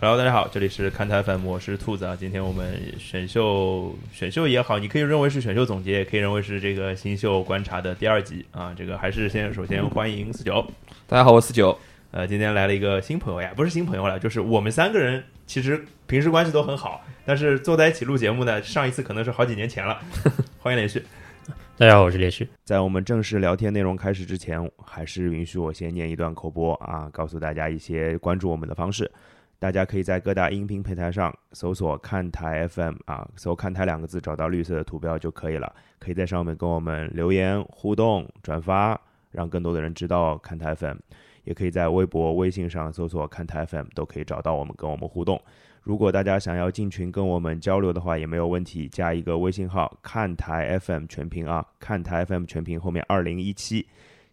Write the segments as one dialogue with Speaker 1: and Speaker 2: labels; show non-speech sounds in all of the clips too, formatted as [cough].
Speaker 1: Hello，大家好，这里是看台 FM，我是兔子啊。今天我们选秀选秀也好，你可以认为是选秀总结，也可以认为是这个新秀观察的第二集啊。这个还是先首先欢迎四九，
Speaker 2: 大家好，我是四九。
Speaker 1: 呃，今天来了一个新朋友呀，不是新朋友了，就是我们三个人其实平时关系都很好，但是坐在一起录节目呢，上一次可能是好几年前
Speaker 2: [laughs]
Speaker 1: 了。欢迎连续。
Speaker 3: 大家好，我是连续。
Speaker 4: 在我们正式聊天内容开始之前，还是允许我先念一段口播啊，告诉大家一些关注我们的方式。大家可以在各大音频平台上搜索“看台 FM” 啊，搜“看台”两个字，找到绿色的图标就可以了。可以在上面跟我们留言互动、转发，让更多的人知道看台 FM。也可以在微博、微信上搜索“看台 FM”，都可以找到我们，跟我们互动。如果大家想要进群跟我们交流的话，也没有问题，加一个微信号“看台 FM 全屏”啊，“看台 FM 全屏”后面二零一七，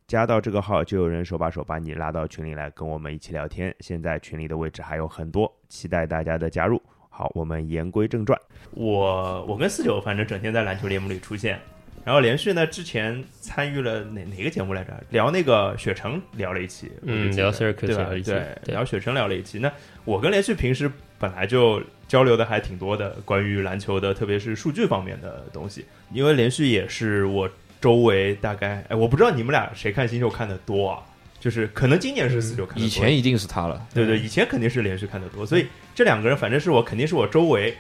Speaker 4: 加到这个号就有人手把手把你拉到群里来跟我们一起聊天。现在群里的位置还有很多，期待大家的加入。好，我们言归正传，
Speaker 1: 我我跟四九反正整天在篮球节目里出现，然后连续呢之前参与了哪哪个节目来着？聊那个雪城聊了一期，
Speaker 3: 嗯
Speaker 1: 我就记得
Speaker 3: 聊 Syracuse
Speaker 1: 对吧
Speaker 3: 聊了一期
Speaker 1: 对，
Speaker 3: 对
Speaker 1: 聊雪城聊了一期。那我跟连续平时本来就交流的还挺多的，关于篮球的，特别是数据方面的东西，因为连续也是我周围大概，哎，我不知道你们俩谁看新秀看的多啊。就是可能今年是四九看的多一
Speaker 2: 嗯以
Speaker 1: 点，
Speaker 2: 前一定是他了，嗯
Speaker 1: 对对，以前肯定是连续看的多，所以这两个人反正是我肯定是我周围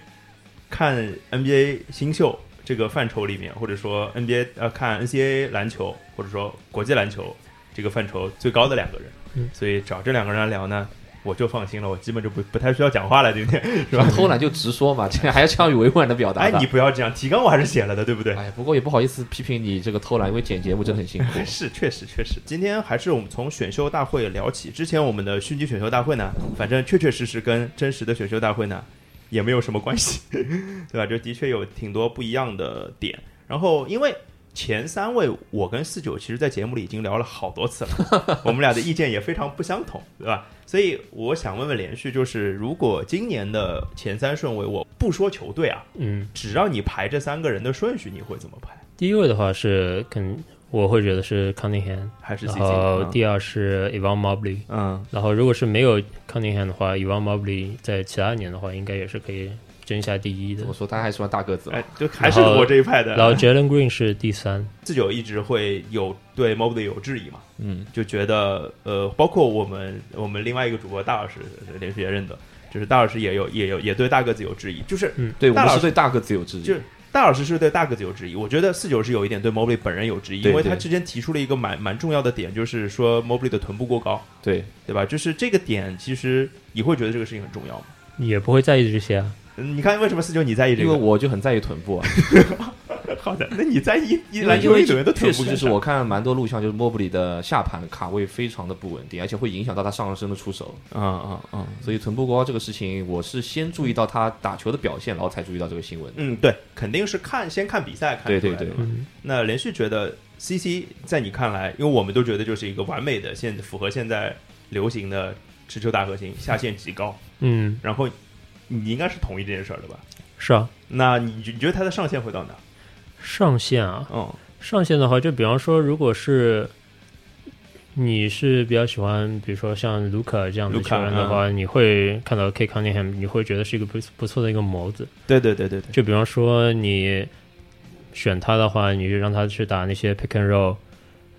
Speaker 1: 看 NBA 新秀这个范畴里面，或者说 NBA 呃看 NCAA 篮球或者说国际篮球这个范畴最高的两个人，
Speaker 3: 嗯
Speaker 1: 所以找这两个人来聊呢，我就放心了，我基本就不不太需要讲话了，对不对？是吧？
Speaker 2: [laughs] 偷懒就直说嘛，这个还要强于委婉的表达
Speaker 1: 哎
Speaker 2: 的。，
Speaker 1: 你不要这样，提纲我还是写了的，对不对？
Speaker 2: 哎，不过也不好意思批评你这个偷懒，因为剪节目真的很辛苦。
Speaker 1: [laughs] 是，确实确实。今天还是我们从选秀大会聊起。之前我们的虚拟选秀大会呢，反正确确实实跟真实的选秀大会呢也没有什么关系， [laughs] 对吧？就的确有挺多不一样的点。然后因为前三位我跟四九其实在节目里已经聊了好多次了，我们俩的意见也非常不相同，对吧？所以我想问问连续，就是如果今年的前三顺位，我不说球队啊，
Speaker 3: 嗯，
Speaker 1: 只让你排这三个人的顺序，你会怎么排？
Speaker 3: 第一位的话是肯，我会觉得是康定 n
Speaker 1: 还是 C
Speaker 3: 然
Speaker 1: C？
Speaker 3: 后呃第二是 Evan Mobley，
Speaker 1: 嗯，
Speaker 3: 然后如果是没有康定 n 的话，Evan Mobley 在其他年的话，应该也是可以争一下第一的
Speaker 2: 怎么。说？他还喜欢大个子嘛
Speaker 1: 哎，就还是我这一派
Speaker 3: 然后
Speaker 1: 的。
Speaker 3: Jalen Green 是第三，
Speaker 1: 自九一直会有对 Mobley 有质疑嘛，
Speaker 2: 嗯，
Speaker 1: 就觉得呃，包括我们我们另外一个主播大老师呃连续也认得，就是大老师也有也有也对大个子有质疑，就是
Speaker 2: 对，我
Speaker 1: 大
Speaker 2: 们
Speaker 1: 老师
Speaker 2: 是对大个子有质疑。
Speaker 1: 就是大老师是对大个子有质疑，我觉得四九是有一点对 Mobley 本人有质疑，
Speaker 2: 对
Speaker 1: 因为他
Speaker 2: 对
Speaker 1: 之前提出了一个蛮蛮重要的点，就是说 Mobley 的臀部过高，
Speaker 2: 对，
Speaker 1: 对吧？就是这个点，其实你会觉得这个事情很重要吗？
Speaker 3: 也不会在意这些啊。
Speaker 1: 嗯你看为什么四九你在意这
Speaker 2: 因为
Speaker 1: 个？
Speaker 2: 我就很在意臀部啊，
Speaker 1: 好的，那 [laughs] 你在意一
Speaker 2: 因为
Speaker 1: 篮
Speaker 2: 因
Speaker 1: 球
Speaker 2: 为
Speaker 1: 运动员的臀
Speaker 2: 确
Speaker 1: 部
Speaker 2: 实
Speaker 1: 干
Speaker 2: 就是
Speaker 1: 啥
Speaker 2: 我看蛮多录像，就是莫布里的下盘卡位非常的不稳定，而且会影响到他上身的出手。
Speaker 1: 嗯嗯嗯，
Speaker 2: 所以臀部过高这个事情，我是先注意到他打球的表现，然后才注意到这个新闻。
Speaker 1: 嗯，对，肯定是看先看比赛看
Speaker 2: 对
Speaker 1: 出来的
Speaker 2: 对对
Speaker 1: 嘛
Speaker 3: 嗯，
Speaker 1: 那连续觉得 CC 在你看来，因为我们都觉得就是一个完美的现符合现在流行的持球大核心，下限极高。
Speaker 3: 嗯，
Speaker 1: 然后你应该是同意这件事儿的吧？
Speaker 3: 是啊，
Speaker 1: 那你你觉得他的上限会到哪？
Speaker 3: 上限啊，
Speaker 1: 嗯
Speaker 3: 上限的话，就比方说，如果是你是比较喜欢，比如说像卢卡这样的
Speaker 1: Luka，嗯
Speaker 3: 球员的话，你会看到 K Cunningham，你会觉得是一个不不错的一个模子。
Speaker 1: 对对对对对，
Speaker 3: 就比方说你选他的话，你就让他去打那些 pick and roll，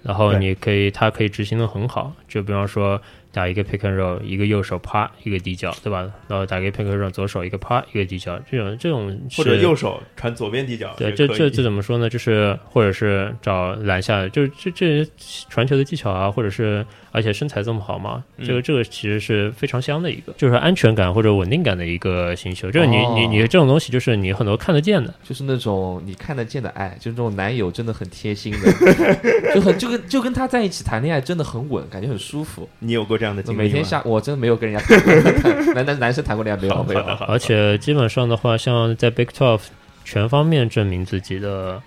Speaker 3: 然后
Speaker 1: 对
Speaker 3: 你可以他可以执行的很好。就比方说打一个 pick and roll，一个右手啪一个底角，对吧？然后打一个 pick and roll，左手一个啪一个底角，这种这种
Speaker 1: 或者
Speaker 3: 是
Speaker 1: 右手传左边底角啊也
Speaker 3: 对，
Speaker 1: 可以，
Speaker 3: 这这这怎么说呢？就是或者是找篮下，就是这这些传球的技巧啊，或者是而且身材这么好嘛，
Speaker 1: 嗯
Speaker 3: 这个这个其实是非常香的一个，就是安全感或者稳定感的一个新秀。就是你、
Speaker 2: 哦
Speaker 3: 你你这种东西，就是你很多看得见的，
Speaker 2: 就是那种你看得见的爱，就是那种男友真的很贴心的，
Speaker 1: [laughs]
Speaker 2: 就很就跟就跟他在一起谈恋爱真的很稳，感觉很舒服。
Speaker 1: 你有过这样啊的经历吗？
Speaker 2: 每天下我真的没有跟人家 [laughs] 谈男男男生谈过恋爱没有没有，
Speaker 3: 而且基本上的话，像在 Big Twelve 全方面证明自己的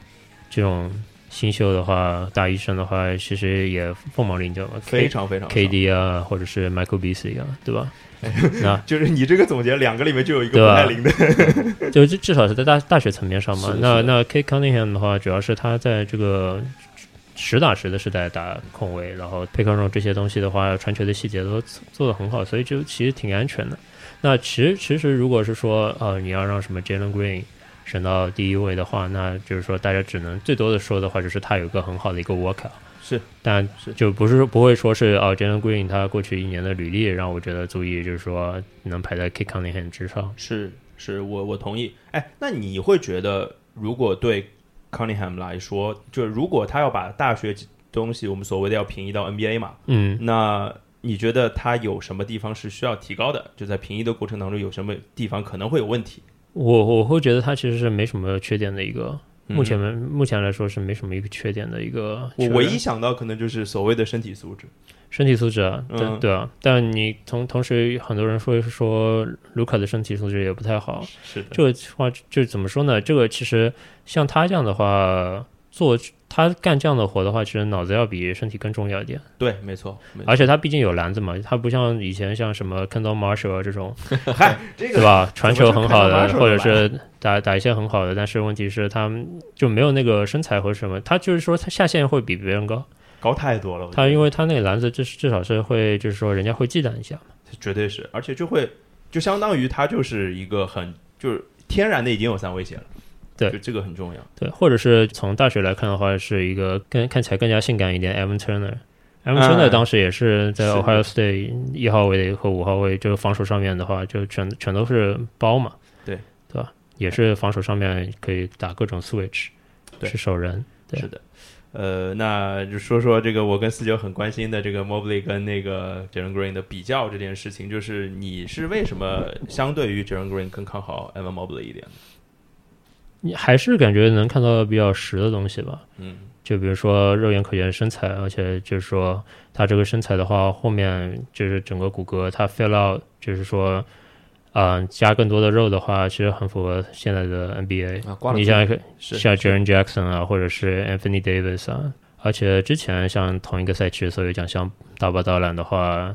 Speaker 3: 这种新秀的话，大一生的话，其实也凤毛麟角嘛，
Speaker 1: 非常非常
Speaker 3: KD 啊，或者是 Michael Beasley 啊，对吧？那
Speaker 1: 就是你这个总结，两个里面就有一个
Speaker 3: 对
Speaker 1: 不
Speaker 3: 吧
Speaker 1: 带零的，
Speaker 3: 就至至少是在大大学层面上嘛。
Speaker 2: 是的
Speaker 3: 那
Speaker 2: 是的
Speaker 3: 那 K Cunningham 的话，主要是他在这个实打实的是在打控卫，然后 pick and roll 这些东西的话，传球的细节都做得很好，所以就其实挺安全的。那其实其实如果是说呃你要让什么 Jalen Green 选到第一位的话，那就是说大家只能最多的说的话就是他有一个很好的一个 workout。
Speaker 1: 是，
Speaker 3: 但
Speaker 1: 是
Speaker 3: 就不是说不会说是哦，Jalen Green 他过去一年的履历让我觉得足以，就是说能排在 K Cunningham 之上。
Speaker 1: 是是，我我同意。哎，那你会觉得，如果对 Cunningham 来说，就如果他要把大学东西，我们所谓的要平移到 NBA 嘛，
Speaker 3: 嗯，
Speaker 1: 那你觉得他有什么地方是需要提高的？就在平移的过程当中，有什么地方可能会有问题？
Speaker 3: 我我会觉得他其实是没什么缺点的一个，
Speaker 1: 嗯
Speaker 3: 目前目前来说是没什么一个缺点的一个
Speaker 1: 我
Speaker 3: 球员。
Speaker 1: 唯一想到可能就是所谓的身体素质。
Speaker 3: 身体素质啊，
Speaker 1: 嗯
Speaker 3: 对、对啊，但你同同时很多人说说卢卡的身体素质也不太好，
Speaker 1: 是的，
Speaker 3: 这个话就怎么说呢？这个其实像他这样的话，做他干这样的活的话，其实脑子要比身体更重要一点。
Speaker 1: 对，没错，没错。
Speaker 3: 而且他毕竟有篮子嘛，他不像以前像什么 Kendall Marshall 啊这种，
Speaker 1: 嗨，这
Speaker 3: 对
Speaker 1: 个
Speaker 3: 吧？传球很好的
Speaker 1: Kendall，Marshall
Speaker 3: 或者是打打一些很好的，但是问题是他们就没有那个身材或者什么，他就是说他下限会比别人高，
Speaker 1: 高太多了。我觉
Speaker 3: 他
Speaker 1: 得
Speaker 3: 因为他那个篮子至至少是会就是说人家会忌惮一下嘛，
Speaker 1: 绝对是，而且就会就相当于他就是一个很就是天然的已经有三威胁了。
Speaker 3: 对
Speaker 1: 就这个很重要。
Speaker 3: 对，或者是从大学来看的话，是一个更看起来更加性感一点，Evan Turner。Evan
Speaker 1: 嗯
Speaker 3: Turner 当时也是在
Speaker 1: 是
Speaker 3: Ohio State 一号位和五号位，就是防守上面的话，就全全都是包嘛，
Speaker 1: 对
Speaker 3: 对吧？也是防守上面可以打各种 switch，
Speaker 1: 对
Speaker 3: 是守人。对
Speaker 1: 是的，呃，那就说说这个我跟四九很关心的这个 Mobley 跟那个 Jalen Green 的比较这件事情，就是你是为什么相对于 Jalen Green 更看好 Evan Mobley 一点呢？
Speaker 3: 你还是感觉能看到比较实的东西吧？
Speaker 1: 嗯，
Speaker 3: 就比如说肉眼可见的身材，而且就是说他这个身材的话，后面就是整个骨骼它 fill out，就是说，嗯、加更多的肉的话，其实很符合现在的 NBA。
Speaker 2: 啊，挂了
Speaker 3: 你像
Speaker 1: 是
Speaker 3: 像 Jaren Jackson 啊，或者是 Anthony Davis 啊，而且之前像同一个赛区，所有奖项大包大揽的话，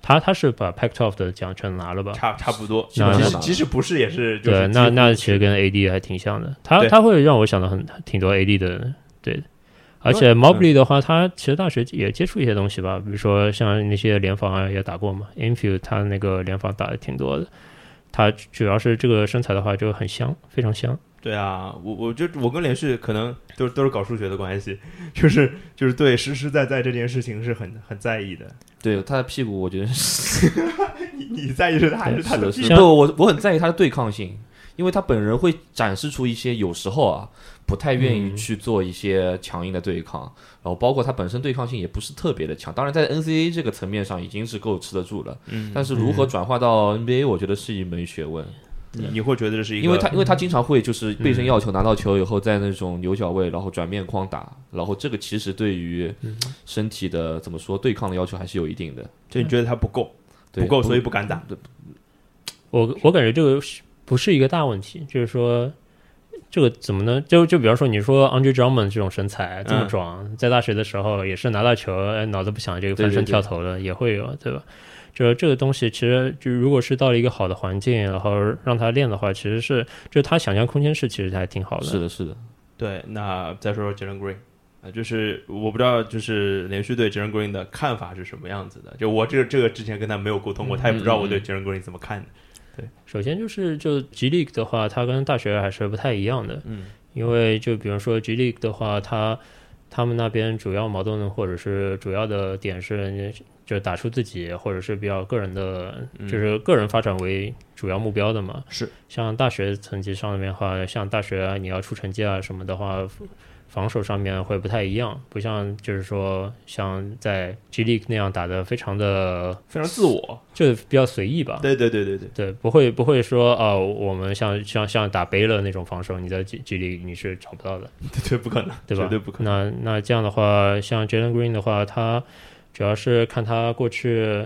Speaker 3: 他他是把 Pac-12 的奖全拿了吧？
Speaker 1: 差差不多，
Speaker 3: 那
Speaker 1: 即
Speaker 2: 那
Speaker 1: 使即使不是也是就是
Speaker 3: 对，
Speaker 1: 几乎
Speaker 3: 那那其实跟 AD 还挺像的，他
Speaker 1: 对
Speaker 3: 他会让我想到很挺多 AD 的，对。而且
Speaker 1: 嗯
Speaker 3: Mobley 的话，他其实大学也接触一些东西吧，比如说像那些联防啊也打过嘛，Infield 他那个联防打的挺多的，他主要是这个身材的话就很香，非常香。
Speaker 1: 对啊，我我就我跟连续可能都都是搞数学的关系，就是就是对实实在在这件事情是很很在意的。
Speaker 2: 对他的屁股，我觉得
Speaker 1: [laughs]
Speaker 2: 是
Speaker 1: 你你在意是他还是他的
Speaker 2: 是
Speaker 1: 屁股
Speaker 2: 的是的，不，我我很在意他的对抗性，因为他本人会展示出一些有时候啊不太愿意
Speaker 3: 嗯
Speaker 2: 去做一些强硬的对抗，然后包括他本身对抗性也不是特别的强，当然在 NCAA 这个层面上已经是够吃得住了，
Speaker 1: 嗯
Speaker 2: 但是如何转化到 NBA，我觉得是一门学问。
Speaker 1: 你你会觉得这是一个，嗯
Speaker 2: 因为他因为他经常会就是背身要球，拿到球以后在那种牛角位，然后转面框打，然后这个其实对于
Speaker 1: 嗯
Speaker 2: 身体的怎么说对抗的要求还是有一定的，
Speaker 1: 就你觉得他不够
Speaker 2: 对嗯
Speaker 1: 不够，所以不敢打。
Speaker 3: 我我感觉这个是不是一个大问题，就是说这个怎么能就就比方说你说 Andre Drummond 这种身材这么
Speaker 1: 嗯
Speaker 3: 壮，在大学的时候也是拿到球，哎，脑子不想这个
Speaker 2: 对
Speaker 3: 翻身
Speaker 2: 对对
Speaker 3: 跳投的也会有，对吧？就是这个东西，其实就如果是到了一个好的环境，然后让他练的话，其实是就是他想象空间是其实还挺好的。
Speaker 2: 是的，是的，
Speaker 1: 对，那再说说 Jalen Green 啊，就是我不知道，就是连续对 Jalen Green 的看法是什么样子的。就我这个这个之前跟他没有沟通过，他也不知道我对 Jalen Green 怎么看的。
Speaker 3: 首先就是就 G League 的话，它跟大学还是不太一样的。
Speaker 1: 嗯，
Speaker 3: 因为就比如说 G League 的话，它他们那边主要矛盾或者是主要的点是，就打出自己或者是比较个人的，就是个人发展为主要目标的嘛。
Speaker 1: 嗯是
Speaker 3: 像大学层级上面的话，像大学、啊、你要出成绩啊什么的话，防守上面会不太一样，不像就是说像在 G League 那样打的非常的
Speaker 1: 非常自我。
Speaker 3: 就比较随意吧。
Speaker 1: 对对对对对，
Speaker 3: 对，不会不会说啊、我们像像像打贝勒那种防守，你在 G G 里你是找不到的，
Speaker 1: 对对不可能，
Speaker 3: 对吧？
Speaker 1: 绝对不可能。
Speaker 3: 那那这样的话，像 Jalen Green 的话，他主要是看他过去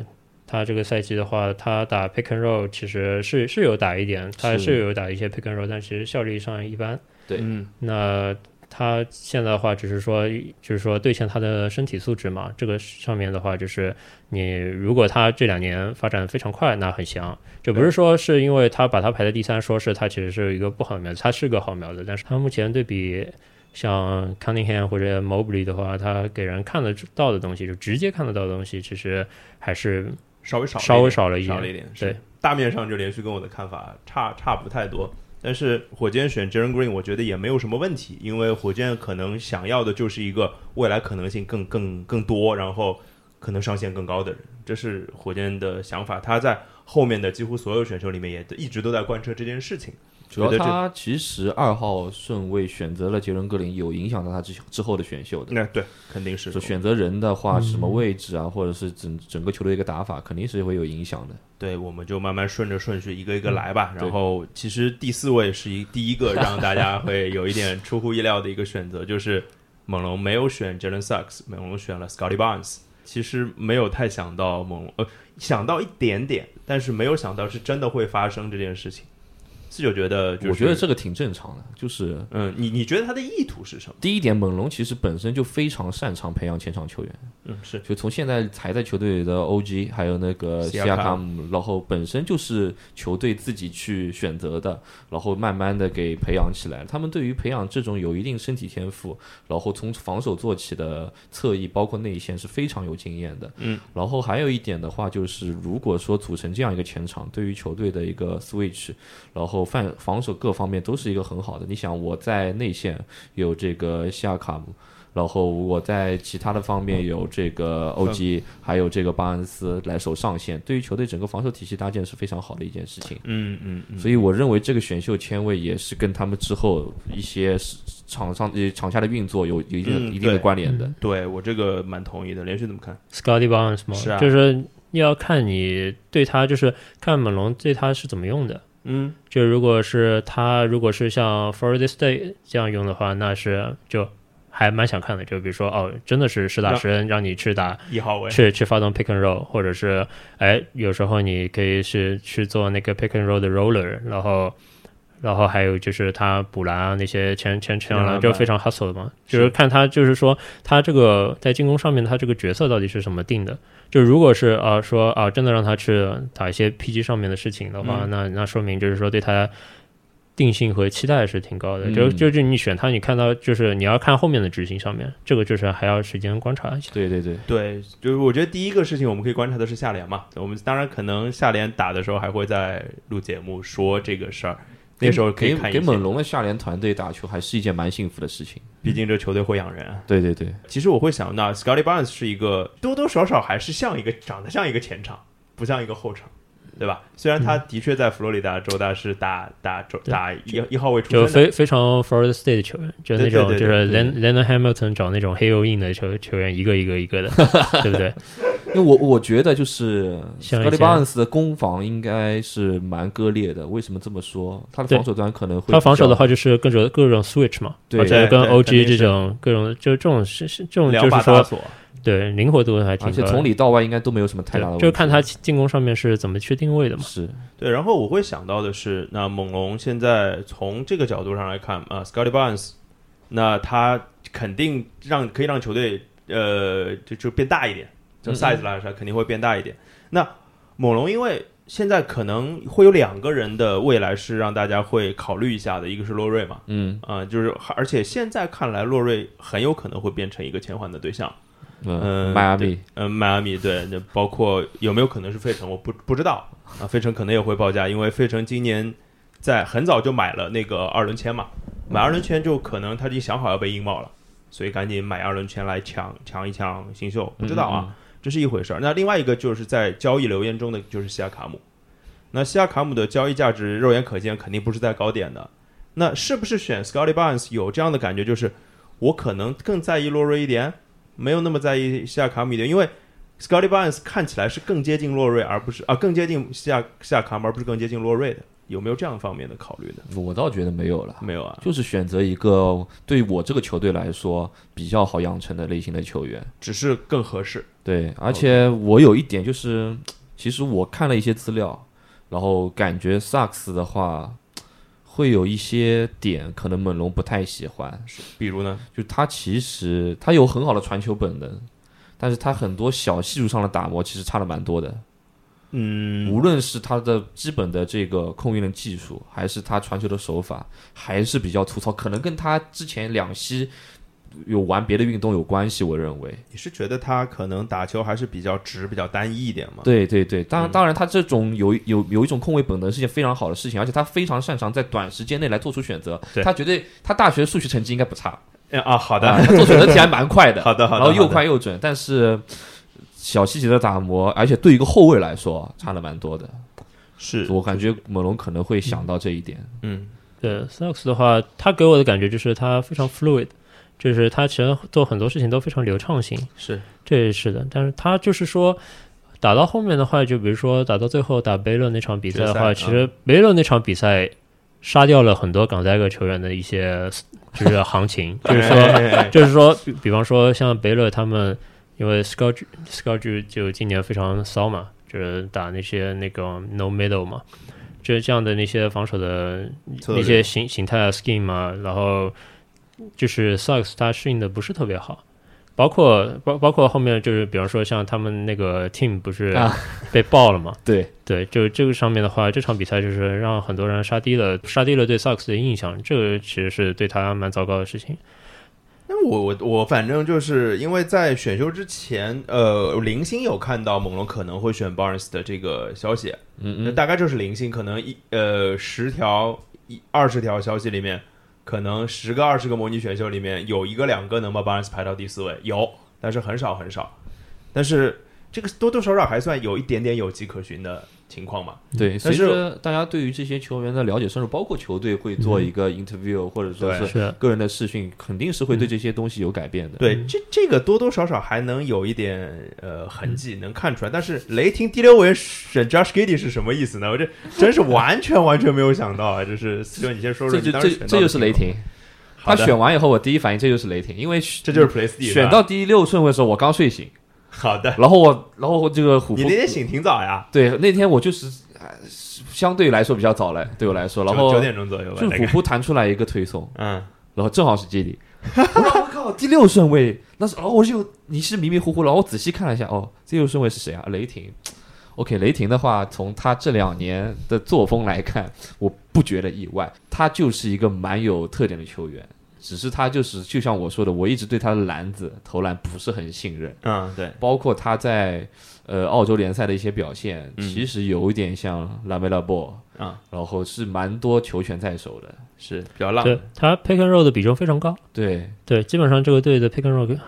Speaker 3: 他这个赛季的话，他打 pick and roll 其实是是有打一点，他
Speaker 2: 是
Speaker 3: 是有打一些 pick and roll，但其实效率上一般。
Speaker 2: 对
Speaker 1: 嗯，
Speaker 3: 那他现在的话，只是说，就是说兑现他的身体素质嘛。这个上面的话，就是你如果他这两年发展得非常快，那很香。就不是说是因为他把他排在第三，说是他其实是一个不好的苗子，他是个好苗子，但是他目前对比像 Cunningham 或者 Mobley 的话，他给人看得到的东西，就直接看得到的东西，其实还是
Speaker 1: 稍微少了一点，
Speaker 3: 稍微少了一
Speaker 1: 少
Speaker 3: 点
Speaker 1: 了一点。是
Speaker 3: 对，
Speaker 1: 大面上就连续跟我的看法差差不太多。但是火箭选 Jalen Green，我觉得也没有什么问题，因为火箭可能想要的就是一个未来可能性更更更多，然后可能上限更高的人，这是火箭的想法。他在后面的几乎所有选秀里面也一直都在贯彻这件事情。
Speaker 2: 主要
Speaker 1: 觉得这
Speaker 2: 他其实二号顺位选择了杰伦格林，有影响到他之之后的选秀的。
Speaker 1: 那对，肯定是
Speaker 2: 就选择人的话，什么位置啊，或者是整整个球队一个打法，肯定是会有影响的。
Speaker 1: 对，我们就慢慢顺着顺序一个一
Speaker 2: 嗯
Speaker 1: 个来吧。然后，其实第四位是一第一
Speaker 2: [laughs]
Speaker 1: 个让大家会有一点出乎意料的一个选择，就是猛龙没有选 Jalen Suggs，猛龙选了 Scotty Barnes。其实没有太想到猛龙，呃，想到一点点，但是没有想到是真的会发生这件事情。自就觉得、就是，
Speaker 2: 我觉得，这个挺正常的，就是
Speaker 1: 嗯，你你觉得他的意图是什么？
Speaker 2: 第一点，猛龙其实本身就非常擅长培养前场球员，
Speaker 1: 嗯，是
Speaker 2: 就从现在才在球队里的 OG，还有那个西
Speaker 1: 西
Speaker 2: 亚
Speaker 1: 亚
Speaker 2: 卡
Speaker 1: 卡
Speaker 2: 姆，然后本身就是球队自己去选择的，然后慢慢的给培养起来。他们对于培养这种有一定身体天赋，然后从防守做起的侧翼，包括内线是非常有经验的。嗯，然后还有一点的话，就是如果说组成这样一个前场，对于球队的一个 switch，然后犯防守各方面都是一个很好的。你想，我在内线有这个西亚卡姆。然后我在其他的方面有这个
Speaker 1: 嗯
Speaker 2: OG，还有这个巴恩斯来守上线，对于球队整个防守体系搭建是非常好的一件事情。
Speaker 1: 嗯嗯嗯，
Speaker 2: 所以我认为这个选秀签位也是跟他们之后一些市场上呃场下的运作有有一定的、
Speaker 1: 嗯
Speaker 2: 一定的
Speaker 1: 对
Speaker 2: 关联的。
Speaker 1: 对我这个蛮同意的。连续怎么看？
Speaker 3: Scotty Barnes 嘛，
Speaker 1: 是啊
Speaker 3: 就是要看你对他，就是看猛龙对他是怎么用的。
Speaker 1: 嗯，
Speaker 3: 就如果是他，如果是像 Florida State 这样用的话，那是就还蛮想看的。就比如说，哦，真的是实打实让你去打，
Speaker 1: 一号位，
Speaker 3: 去去发动 pick and roll，或者是哎，有时候你可以是去做那个 pick and roll 的 roller，然后。然后还有就是他补篮啊，那些前前前
Speaker 1: 篮
Speaker 3: 篮
Speaker 1: 板
Speaker 3: 就非常 hustle 的嘛，就是看他就是说他这个在进攻上面他这个角色到底是什么定的。就如果是啊、说啊、真的让他去打一些 PG 上面的事情的话，
Speaker 1: 嗯
Speaker 3: 那那说明就是说对他定性和期待是挺高的。
Speaker 2: 嗯
Speaker 3: 就就是你选他，你看到就是你要看后面的执行上面，这个就是还要时间观察一下。
Speaker 2: 对对对，
Speaker 1: 对，就是我觉得第一个事情我们可以观察的是下联嘛。我们当然可能下联打的时候还会在录节目说这个事儿，那时候可以
Speaker 2: 给
Speaker 1: 看一
Speaker 2: 给猛
Speaker 1: 些，
Speaker 2: 龙的下联团队打球还是一件蛮幸福的事情。
Speaker 1: 毕竟这球队会养人啊。
Speaker 2: 对对对，
Speaker 1: 其实我会想到，Scotty Barnes 是一个多多少少还是像一个长得像一个前场，不像一个后场，对吧？虽然他的确在佛罗里达州，但是打打州
Speaker 3: 对
Speaker 1: 打一一号位
Speaker 3: 就
Speaker 1: 出身的，
Speaker 3: 非非常 Florida State 的球员，就那种
Speaker 1: 对对对
Speaker 3: 就
Speaker 1: 对
Speaker 3: 是
Speaker 1: 对
Speaker 3: Len Len Hamilton 找那种黑油印的球球员，一个一个
Speaker 1: [laughs]
Speaker 3: 一个的，对不对？
Speaker 2: 因为我我觉得就是
Speaker 3: 像
Speaker 2: Scotty
Speaker 3: 以前
Speaker 2: Barnes 的攻防应该是蛮割裂的。为什么这么说？他的
Speaker 3: 对
Speaker 2: 防守端可能会
Speaker 3: 他防守的
Speaker 2: 比较
Speaker 3: 话就是各种各种 switch 嘛，
Speaker 2: 对
Speaker 3: 而且
Speaker 1: 对
Speaker 3: 跟
Speaker 1: 对肯
Speaker 3: OG
Speaker 1: 定
Speaker 3: 这
Speaker 1: 是
Speaker 3: 种各种就这种是是这种
Speaker 1: 两
Speaker 3: 就是
Speaker 1: 把大
Speaker 3: 说
Speaker 1: 锁，
Speaker 3: 啊对灵活度还挺
Speaker 2: 而
Speaker 3: 高
Speaker 2: 且
Speaker 3: 的，
Speaker 2: 从里到外应该都没有什么太大的
Speaker 3: 对
Speaker 2: 问题。
Speaker 3: 就是看他进攻上面是怎么去定位的嘛。
Speaker 2: 是
Speaker 1: 对，然后我会想到的是，那猛龙现在从这个角度上来看啊，Scotty Barnes，那他肯定让可以让球队呃就就变大一点，就
Speaker 2: 嗯
Speaker 1: size 来说肯定会变大一点。那猛龙因为现在可能会有两个人的未来是让大家会考虑一下的，一个是洛瑞嘛，
Speaker 2: 嗯
Speaker 1: 啊、就是而且现在看来洛瑞很有可能会变成一个前环的对象。
Speaker 2: 嗯，
Speaker 1: 嗯
Speaker 2: 迈阿
Speaker 1: 对
Speaker 2: 密
Speaker 1: 嗯，迈阿密对，那包括有没有可能是费城，我不不知道啊。费城可能也会报价，因为费城今年在很早就买了那个二轮签嘛，买二轮签就可能他已经想好要被英帽了，所以赶紧买二轮签来抢抢一抢新秀，不知道啊，
Speaker 2: 嗯嗯
Speaker 1: 这是一回事儿。那另外一个就是在交易流言中的就是西亚卡姆，那西亚卡姆的交易价值肉眼可见肯定不是在高点的，那是不是选 Scotty Barnes 有这样的感觉，就是我可能更在意洛瑞一点，没有那么在意西亚卡姆一点，因为 Scotty Barnes 看起来是更接近洛瑞，而不是啊更接近西亚西亚卡姆，而不是更接近洛瑞的，有没有这样方面的考虑呢？
Speaker 2: 我倒觉得没有了。
Speaker 3: 嗯
Speaker 1: 没有啊，
Speaker 2: 就是选择一个对我这个球队来说比较好养成的类型的球员。
Speaker 1: 只是更合适。
Speaker 2: 对，而且我有一点就是，其实我看了一些资料，然后感觉萨克斯的话，会有一些点可能猛龙不太喜欢，
Speaker 1: 比如呢，
Speaker 2: 就他其实他有很好的传球本能，但是他很多小细数上的打磨其实差的蛮多的。
Speaker 1: 嗯
Speaker 2: 无论是他的基本的这个控运的技术，还是他传球的手法，还是比较粗糙，可能跟他之前两期有玩别的运动有关系，我认为。
Speaker 1: 你是觉得他可能打球还是比较直、比较单一一点吗？
Speaker 2: 对对对，
Speaker 1: 嗯
Speaker 2: 当然当然，他这种有有有一种控卫本能是件非常好的事情，而且他非常擅长在短时间内来做出选择
Speaker 1: 对。
Speaker 2: 他绝对，他大学数学成绩应该不差，
Speaker 1: 哎啊，好
Speaker 2: 啊
Speaker 1: 的，
Speaker 2: 他做选择题还蛮
Speaker 1: [laughs]
Speaker 2: 快的，
Speaker 1: 好啊的，好的，
Speaker 2: 然后又
Speaker 1: 好的
Speaker 2: 快又准。但是小细节的打磨，而且对一个后卫来说差了蛮多的。
Speaker 1: 是，
Speaker 2: 我感觉猛龙可能会想到这一点。
Speaker 1: 嗯，
Speaker 3: 对 Snox 的话，他给我的感觉就是他非常 fluid，就是他其实做很多事情都非常流畅性，
Speaker 1: 是
Speaker 3: 这也是的。但是他就是说，打到后面的话，就比如说打到最后打贝勒那场比赛的话，
Speaker 1: 决赛嗯
Speaker 3: 其实贝勒那场比赛杀掉了很多港塞格球员的一些就是行
Speaker 1: [laughs]
Speaker 3: 情，就是说
Speaker 1: 哎哎哎
Speaker 3: 就是说，比比方说像贝勒他们，因为 Scott Scott 就今年非常骚嘛，就是打那些那个 No Middle 嘛，就是这样的那些防守的
Speaker 1: 策略
Speaker 3: 那些形形态啊 scheme 嘛，然后就是 Sucks 他适应的不是特别好。包括包包括后面就是，比方说像他们那个 team 不是
Speaker 2: 啊
Speaker 3: 被爆了嘛？ [laughs]
Speaker 2: 对，
Speaker 3: 对，就这个上面的话，这场比赛就是让很多人杀低了杀低了对 Sucks 的印象，这个其实是对他蛮糟糕的事情。
Speaker 1: 那我我我反正就是因为在选秀之前，呃，零星有看到猛龙可能会选 Barnes 的这个消息，
Speaker 2: 嗯
Speaker 1: 那
Speaker 2: 嗯，
Speaker 1: 大概就是零星，可能一呃十条一二十条消息里面，可能十个二十个模拟选秀里面有一个两个能把 Barnes 排到第四位，有，但是很少很少，但是这个多多少少还算有一点点有迹可循的情况嘛，
Speaker 2: 对。
Speaker 1: 但
Speaker 2: 随
Speaker 1: 是
Speaker 2: 着大家对于这些球员的了解深入，包括球队会做一个 interview，或者说
Speaker 1: 对
Speaker 2: 是
Speaker 3: 是的
Speaker 2: 个人的试训，肯定是会对这些东西有改变的。
Speaker 1: 对，这这个多多少少还能有一点呃痕迹能看出来，但是雷霆第六位选 Josh Giddey 是什么意思呢？我这真是完全完全没有想到啊！就是思哲，你先说说你
Speaker 2: 这就
Speaker 1: 当
Speaker 2: 这
Speaker 1: 时选到
Speaker 2: 这
Speaker 1: 的
Speaker 2: 就是雷
Speaker 1: 情况，
Speaker 2: 霆。
Speaker 1: 好
Speaker 2: 他
Speaker 1: 的
Speaker 2: 选完以后，我第一反应这就是雷霆，因为
Speaker 1: 这就是 Play Steve
Speaker 2: 选到第六顺位的时候，我刚睡醒，
Speaker 1: 好的，
Speaker 2: 然后我然后这个虎扑
Speaker 1: 你那天醒挺早呀，
Speaker 2: 对那天我就是呃相对来说比较早了，对我来说，然后
Speaker 1: 九九点钟左右吧，
Speaker 2: 就
Speaker 1: 大
Speaker 2: 虎
Speaker 1: 概
Speaker 2: 扑弹出来一个推送，
Speaker 1: 嗯，
Speaker 2: 然后正好是
Speaker 1: [laughs]
Speaker 2: 基里。我靠，第六顺位，那是哦，我就你是迷迷糊糊了，然后我仔细看了一下，哦，第六顺位是谁啊？雷霆。OK，雷霆的话，从他这两年的作风来看，我不觉得意外，他就是一个蛮有特点的球员，只是他就是就像我说的，我一直对他的篮子投篮不是很信任。
Speaker 1: 嗯，对，
Speaker 2: 包括他在呃澳洲联赛的一些表现，
Speaker 1: 嗯
Speaker 2: 其实有一点像拉梅拉波
Speaker 1: 啊，
Speaker 2: 然后是蛮多球权在手的，
Speaker 1: 是比较浪，
Speaker 3: 对他 pick and roll 的比重非常高，
Speaker 2: 对，
Speaker 3: 对，基本上这个队的 pick and roll 给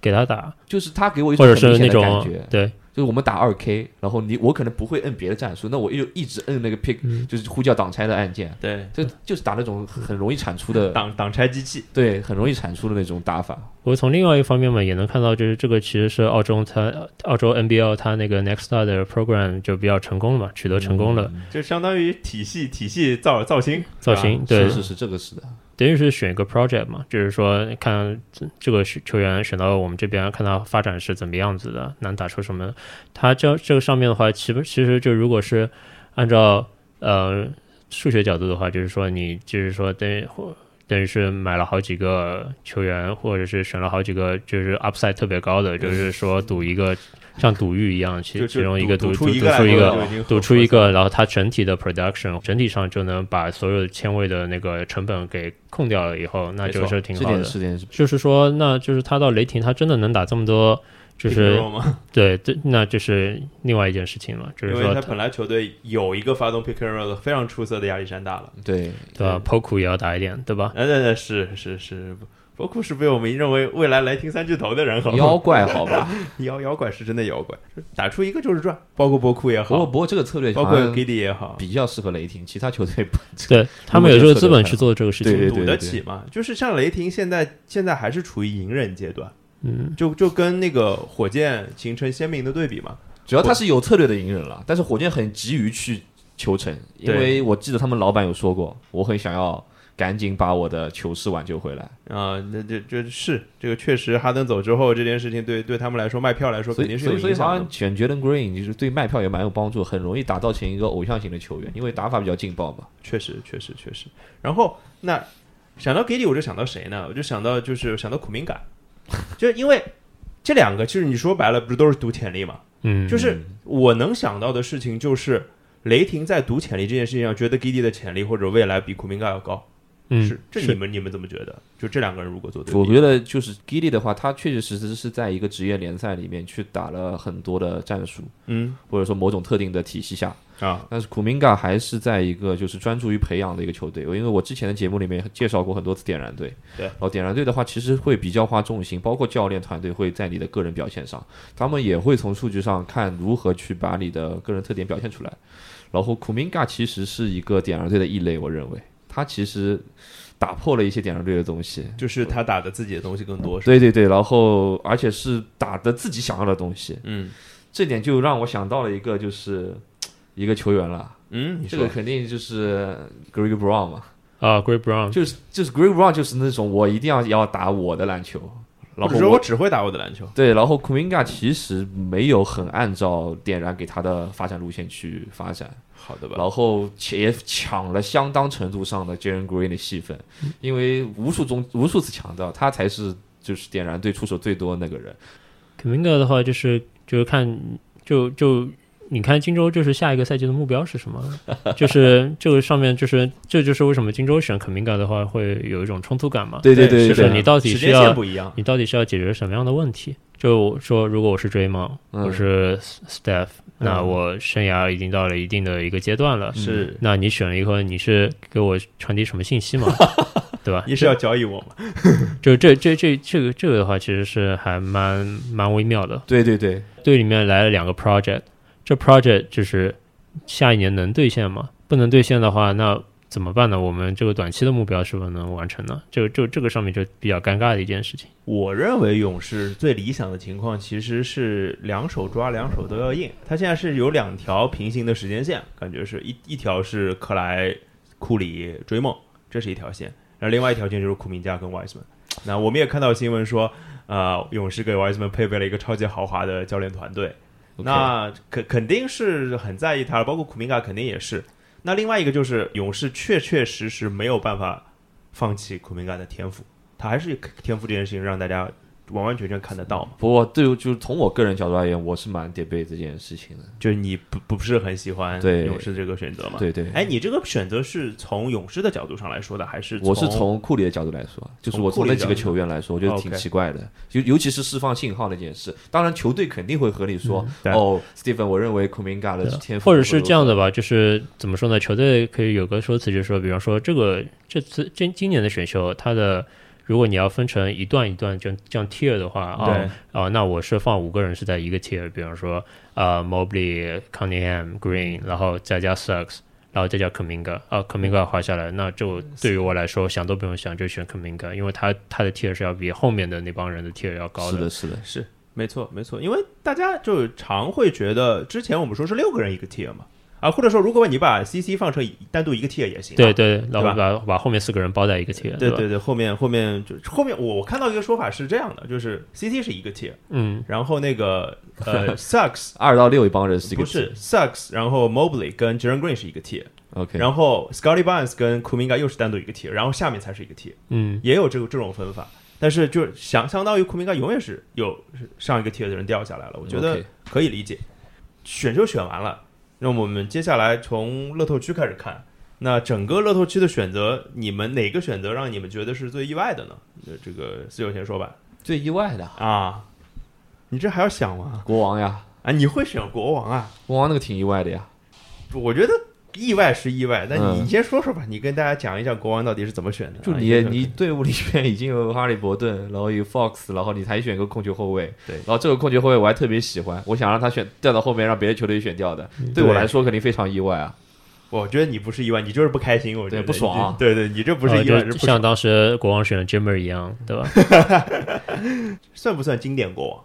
Speaker 3: 给他打，
Speaker 2: 就是他给我一
Speaker 3: 或
Speaker 2: 种
Speaker 3: 者
Speaker 2: 很明
Speaker 3: 是
Speaker 2: 显
Speaker 3: 那
Speaker 2: 的感
Speaker 3: 种
Speaker 2: 觉，
Speaker 3: 对，
Speaker 2: 就是我们打二 K，然后你我可能不会摁别的战术，那我又一直摁那个 pick，、
Speaker 3: 嗯
Speaker 2: 就是呼叫挡拆的按键，
Speaker 1: 对，
Speaker 2: 就就是打那种很容易产出的，
Speaker 1: 挡挡拆机器，
Speaker 2: 对，很容易产出的那种打法，
Speaker 3: 我从另外一方面嘛，也能看到，就是这个其实是澳洲它澳洲 NBL 它那个 Next Star 的 program 就比较成功了嘛，取得成功
Speaker 2: 嗯
Speaker 3: 了，
Speaker 1: 就相当于体系体系造造啊型
Speaker 3: 造型
Speaker 2: 是
Speaker 3: 对
Speaker 2: 是是，这个是的，
Speaker 3: 等于是选一个 project 嘛，就是说看这这个球员选到我们这边，看他发展是怎么样子的，能打出什么。他这这个上面的话，其实其实就如果是按照呃数学角度的话，就是说你就是说等于或等于是买了好几个球员，或者是选了好几个就是 upside 特别高的，就是说赌一个像赌玉一样，其
Speaker 1: 就
Speaker 3: 其
Speaker 1: 就
Speaker 3: 中一个
Speaker 1: 赌
Speaker 3: 赌
Speaker 1: 出一
Speaker 3: 赌出
Speaker 1: 来
Speaker 3: 一
Speaker 1: 就
Speaker 3: 个
Speaker 1: 就已经很
Speaker 3: 赌出一个，然后它整体的 production 整体上就能把所有签位的那个成本给控掉了以后，那就
Speaker 1: 没错
Speaker 3: 是挺
Speaker 2: 这
Speaker 3: 好
Speaker 2: 点
Speaker 3: 的。
Speaker 2: 是点是
Speaker 3: 就是说，那就是他到雷霆，他真的能打这么多，就
Speaker 1: pick and
Speaker 3: 是
Speaker 1: roll 吗？
Speaker 3: 对对，那就是另外一件事情了，就
Speaker 1: 因
Speaker 3: 是
Speaker 1: 为
Speaker 3: 说
Speaker 1: 他本来球队有一个发动 pick and roll 非常出色的亚历山大了。
Speaker 3: [laughs]
Speaker 2: 对
Speaker 3: 对吧？Poku 也要打一点，
Speaker 1: [laughs]
Speaker 3: 对吧？
Speaker 1: 哎，对对，是是是，博库是被我们认为未来雷霆三巨头的人，好吗
Speaker 2: 妖怪好吧？
Speaker 1: [laughs] 妖妖怪是真的妖怪，打出一个就是赚，包括博库也
Speaker 2: 不过
Speaker 1: 好，
Speaker 2: 不过这个
Speaker 1: [laughs]
Speaker 2: 策略
Speaker 1: 包
Speaker 2: 好
Speaker 1: 括
Speaker 2: 像
Speaker 1: Giddy 也好，
Speaker 2: 比较适合雷霆，其他球队不
Speaker 3: 对他们
Speaker 2: 如
Speaker 3: 有这
Speaker 2: 果这
Speaker 3: 个
Speaker 2: 策略
Speaker 3: 资本
Speaker 2: 看
Speaker 3: 去做这个事
Speaker 2: 对
Speaker 3: 情，
Speaker 2: 对
Speaker 1: 赌得起嘛？就是像雷霆现在现在还是处于隐忍阶段，
Speaker 3: 嗯，
Speaker 1: 就就跟那个火箭形成鲜明的对比嘛。
Speaker 2: 主要他是有策略的隐忍了，但是火箭很急于去求成，因
Speaker 1: 对
Speaker 2: 为我记得他们老板有说过，我很想要赶紧把我的球市挽救回来，
Speaker 1: 啊、那这这是这个确实，哈登走之后这件事情对对他们来说卖票来说
Speaker 2: 所
Speaker 1: 肯
Speaker 2: 以
Speaker 1: 定是
Speaker 2: 所
Speaker 1: 有
Speaker 2: 以所以
Speaker 1: 影
Speaker 2: 好
Speaker 1: 响的
Speaker 2: 像
Speaker 1: 嘛。
Speaker 2: 选 Jalen Green 就是对卖票也蛮有帮助，很容易打造成一个偶像型的球员，因为打法比较劲爆嘛。
Speaker 1: 确实确实确实。然后那想到 Giddy 我就想到谁呢？我就想到就是想到苦明感，就是因为这两个其实你说白了不是都是赌潜力嘛？
Speaker 3: 嗯，
Speaker 1: 就是我能想到的事情就是，雷霆在赌潜力这件事情上，觉得 Giddy 的潜力或者未来比库明盖要高。
Speaker 3: 嗯
Speaker 1: 是，这你们你们怎么觉得？就这两个人如果做对比，
Speaker 2: 我觉得就是 Gilly 的话，他确确实实是在一个职业联赛里面去打了很多的战术，
Speaker 1: 嗯
Speaker 2: 或者说某种特定的体系下。
Speaker 1: 啊，
Speaker 2: 但是库明嘎还是在一个就是专注于培养的一个球队，因为我之前的节目里面也介绍过很多次点燃队。
Speaker 1: 对
Speaker 2: 然后点燃队的话，其实会比较花重心，包括教练团队会在你的个人表现上，他们也会从数据上看如何去把你的个人特点表现出来。然后库明嘎其实是一个点燃队的异类，我认为他其实打破了一些点燃队的东西，
Speaker 1: 就是他打的自己的东西更多，是吧？
Speaker 2: 对对对，然后而且是打的自己想要的东西，
Speaker 1: 嗯
Speaker 2: 这点就让我想到了一个就是一个球员了，
Speaker 1: 嗯，你
Speaker 2: 这
Speaker 1: 说
Speaker 2: 个肯定就是 Greg Brown 嘛，
Speaker 3: 啊，Greg Brown，
Speaker 2: 就是就是 Greg Brown 就是那种我一定要要打我的篮球，然
Speaker 1: 或者
Speaker 2: 后
Speaker 1: 说我
Speaker 2: 我
Speaker 1: 只会打我的篮球，
Speaker 2: 对，然后 Kuminga 其实没有很按照点燃给他的发展路线去发展，
Speaker 1: 好的吧？
Speaker 2: 然后也抢了相当程度上的 Jalen Green 的戏份，因为无数中无数次强调他才是就是点燃队出手最多的那个人。
Speaker 3: k a m i n g a 的话就是就是看就就你看荆州就是下一个赛季的目标是什么？ [laughs] 就是这个上面就是这就是为什么荆州选 k a m i n g a 的话会有一种冲突感嘛？
Speaker 2: 对对
Speaker 1: 对
Speaker 2: 对
Speaker 3: 就
Speaker 1: 对
Speaker 3: 是
Speaker 1: 啊
Speaker 3: 你到底
Speaker 1: 时
Speaker 3: 是
Speaker 1: 间线
Speaker 3: 要
Speaker 1: 不一样，
Speaker 3: 你到底是要解决什么样的问题？就说如果我是追梦，
Speaker 2: 嗯
Speaker 3: 我是 Steph，那我生涯已经到了一定的一个阶段了，
Speaker 2: 嗯
Speaker 1: 是
Speaker 3: 那你选了以后，你是给我传递什么信息
Speaker 2: [laughs]
Speaker 3: 嘛？对吧？
Speaker 1: 你是要交易我吗？
Speaker 3: 就这这这这个这个的话，其实是还蛮蛮微妙的。
Speaker 2: 对对对，
Speaker 3: 队里面来了两个 project，这 project 就是下一年能兑现吗？不能兑现的话，那怎么办呢？我们这个短期的目标是否能完成呢？这个就这个上面就比较尴尬的一件事情。
Speaker 1: 我认为勇士最理想的情况其实是两手抓，两手都要硬。他现在是有两条平行的时间线，感觉是一一条是克莱、库里、追梦，这是一条线，然后另外一条线就是库明加跟 Wiseman。那我们也看到新闻说，呃，勇士给 Wiseman 配备了一个超级豪华的教练团队
Speaker 2: OK
Speaker 1: 那肯肯定是很在意他，包括库明加肯定也是。那另外一个就是勇士确确实实没有办法放弃库明加的天赋。他还是天赋这件事情让大家完完全全看得到嘛，
Speaker 2: 不过对于就是从我个人角度而言，我是蛮 debate 这件事情的。
Speaker 1: 就是你不不是很喜欢
Speaker 2: 对
Speaker 1: 勇士这个选择嘛？，
Speaker 2: 对对，
Speaker 1: 哎，你这个选择是从勇士的角度上来说的，还是
Speaker 2: 我是
Speaker 1: 从
Speaker 2: 从库里的角度来说，就是
Speaker 1: 从
Speaker 2: 我
Speaker 1: 库
Speaker 2: 从
Speaker 1: 里
Speaker 2: 那
Speaker 1: 的
Speaker 2: 几
Speaker 1: 角
Speaker 2: 个
Speaker 1: 度哦
Speaker 2: 球员来说，我觉得挺
Speaker 1: OK
Speaker 2: 奇怪的，尤尤其是释放信号那件事。当然，球队肯定会和你说
Speaker 1: 嗯对，
Speaker 2: 哦，Stephen，我认为库明嘎的天赋，
Speaker 3: 或者是这样的，吧，就是怎么说呢？球队可以有个说辞，就是说，比方说这个这次今今年的选秀，它的如果你要分成一段一段这样这样 tier 的话啊
Speaker 1: 对
Speaker 3: 啊，那我是放五个人是在一个 tier，比方说啊 Mobley、Cunningham、Green，然后再加 Sucks。然后再加 Kaminga 啊，Kaminga 划下来，那就
Speaker 1: 嗯
Speaker 3: 对于我来说想都不用想就选 Kaminga，因为他他的 tier 是要比后面的那帮人的 tier 要高
Speaker 2: 是的，是的，
Speaker 1: 是没错没错，因为大家就常会觉得之前我们说是六个人一个 tier 嘛，啊，或者说如果你把 CC 放成一单独一个 tier 也行啊，
Speaker 3: 对对，然后
Speaker 1: 吧
Speaker 3: 把把后面四个人包在一个 tier，
Speaker 1: 对
Speaker 3: 吧？
Speaker 1: 对对，后面后面就后面我我看到一个说法是这样的，就是 CT 是一个 tier，
Speaker 3: 嗯，
Speaker 1: 然后那个
Speaker 2: [laughs]
Speaker 1: 呃 Sucks
Speaker 2: 二到六一帮人是一个
Speaker 1: 不是 Sucks，然后 Mobley 跟 Jaren Green 是一个 tier。
Speaker 2: OK，
Speaker 1: 然后 Scotty Barnes 跟 Kuminga 又是单独一个 tier，然后下面才是一个 tier，
Speaker 3: 嗯，
Speaker 1: 也有这个这种分法。但是就是相相当于 Kuminga 永远是有是上一个 tier 的人掉下来了，我觉得
Speaker 2: OK
Speaker 1: 可以理解。选秀选完了，那我们接下来从乐透区开始看。那整个乐透区的选择，你们哪个选择让你们觉得是最意外的呢？呃这个四九先说吧。
Speaker 2: 最意外的
Speaker 1: 啊，你这还要想吗？
Speaker 2: 国王呀，
Speaker 1: 啊，你会选国王啊？
Speaker 2: 国王那个挺意外的呀。
Speaker 1: 我觉得意外是意外，但你
Speaker 2: 嗯
Speaker 1: 你先说说吧，你跟大家讲一讲国王到底是怎么选的啊。
Speaker 2: 就
Speaker 1: 也
Speaker 2: 你
Speaker 1: 可以
Speaker 2: 你队伍里面已经有哈利伯顿，然后有 Fox，然后你还选个控球后卫，
Speaker 1: 对
Speaker 2: 然后这个控球后卫我还特别喜欢，我想让他选调到后面，让别的球队选掉的，
Speaker 1: 嗯
Speaker 2: 对我来说肯定非常意外啊。
Speaker 1: 我觉得你不是意外，你就是不开心，我觉
Speaker 2: 对
Speaker 1: 得
Speaker 2: 不爽啊
Speaker 1: 你对对，你这不是
Speaker 3: 呃
Speaker 1: 意外，
Speaker 3: 就
Speaker 1: 不
Speaker 3: 是
Speaker 1: 爽
Speaker 3: 像当时国王选 Jimmer 一样，
Speaker 1: [laughs]
Speaker 3: 对吧？
Speaker 1: 算不算经典
Speaker 2: [laughs]
Speaker 1: 国